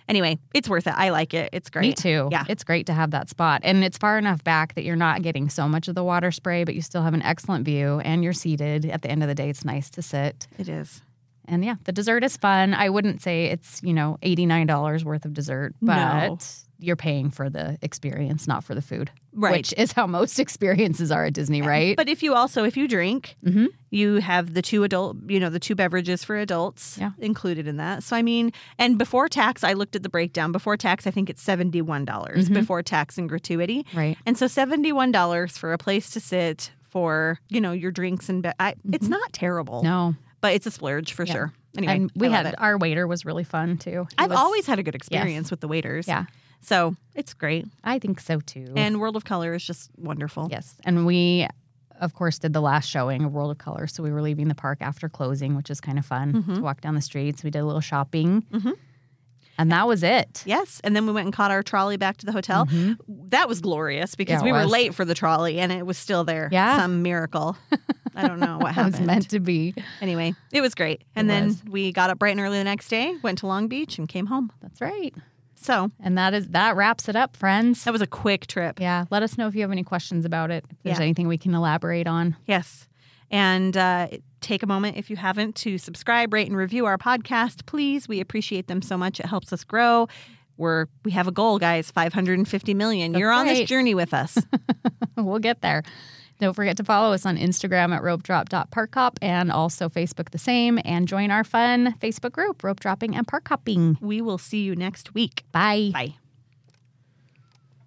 S1: Anyway, it's worth it. I like it. It's great.
S2: Me too.
S1: Yeah.
S2: It's great to have that spot. And it's far enough back that you're not getting so much of the water spray, but you still have an excellent view and you're seated. At the end of the day, it's nice to sit.
S1: It is.
S2: And yeah, the dessert is fun. I wouldn't say it's, you know, $89 worth of dessert, but
S1: No.
S2: you're paying for the experience, not for the food.
S1: Right.
S2: Which is how most *laughs* experiences are at Disney, right?
S1: But if you also, if you drink,
S2: Mhm.
S1: you have the two adult, you know, the two beverages for adults
S2: Yeah.
S1: included in that. So I mean, and before tax, I looked at the breakdown. Before tax, I think it's seventy one dollars
S2: Mhm.
S1: before tax and gratuity.
S2: right.
S1: And so seventy one dollars for a place to sit for you know your drinks and be- I, it's not terrible.
S2: Mm-hmm. No.
S1: but it's a splurge for
S2: Yeah.
S1: sure. Anyway,
S2: and we
S1: I love
S2: had
S1: it.
S2: our waiter was really fun too. He
S1: I've
S2: was-
S1: always had a good experience with the waiters.
S2: Yeah.
S1: so it's great.
S2: I think so too.
S1: And World of Color is just wonderful.
S2: Yes. And we, of course, did the last showing of World of Color. So we were leaving the park after closing, which is kind of fun to walk down the streets. We did a little shopping.
S1: Mhm.
S2: And that was it.
S1: Yes, and then we went and caught our trolley back to the hotel.
S2: Mhm.
S1: That was glorious because
S2: Yeah, it
S1: we were
S2: was.
S1: late for the trolley and it was still there.
S2: Yeah.
S1: some miracle. I don't know what
S2: *laughs* *laughs* That
S1: happened.
S2: was meant to be.
S1: Anyway, it was great. And
S2: It
S1: then
S2: was.
S1: we got up bright and early the next day, went to Long Beach, and came home.
S2: That's right.
S1: So
S2: And that is that wraps it up, friends.
S1: that was a quick trip.
S2: Yeah. Let us know if you have any questions about it. If there's
S1: Yeah.
S2: anything we can elaborate on. *laughs*
S1: Yes. And uh, take a moment if you haven't to subscribe, rate, and review our podcast, please. We appreciate them so much. It helps us grow. We're we have a goal, guys. Five hundred and fifty million. You're on
S2: right.
S1: this journey with
S2: *laughs*
S1: us.
S2: we'll get there. Don't forget to follow us on Instagram at ropedrop.parkhop and also Facebook the same and join our fun Facebook group, Rope Dropping and Park Hopping.
S1: we will see you next week.
S2: Bye.
S1: Bye.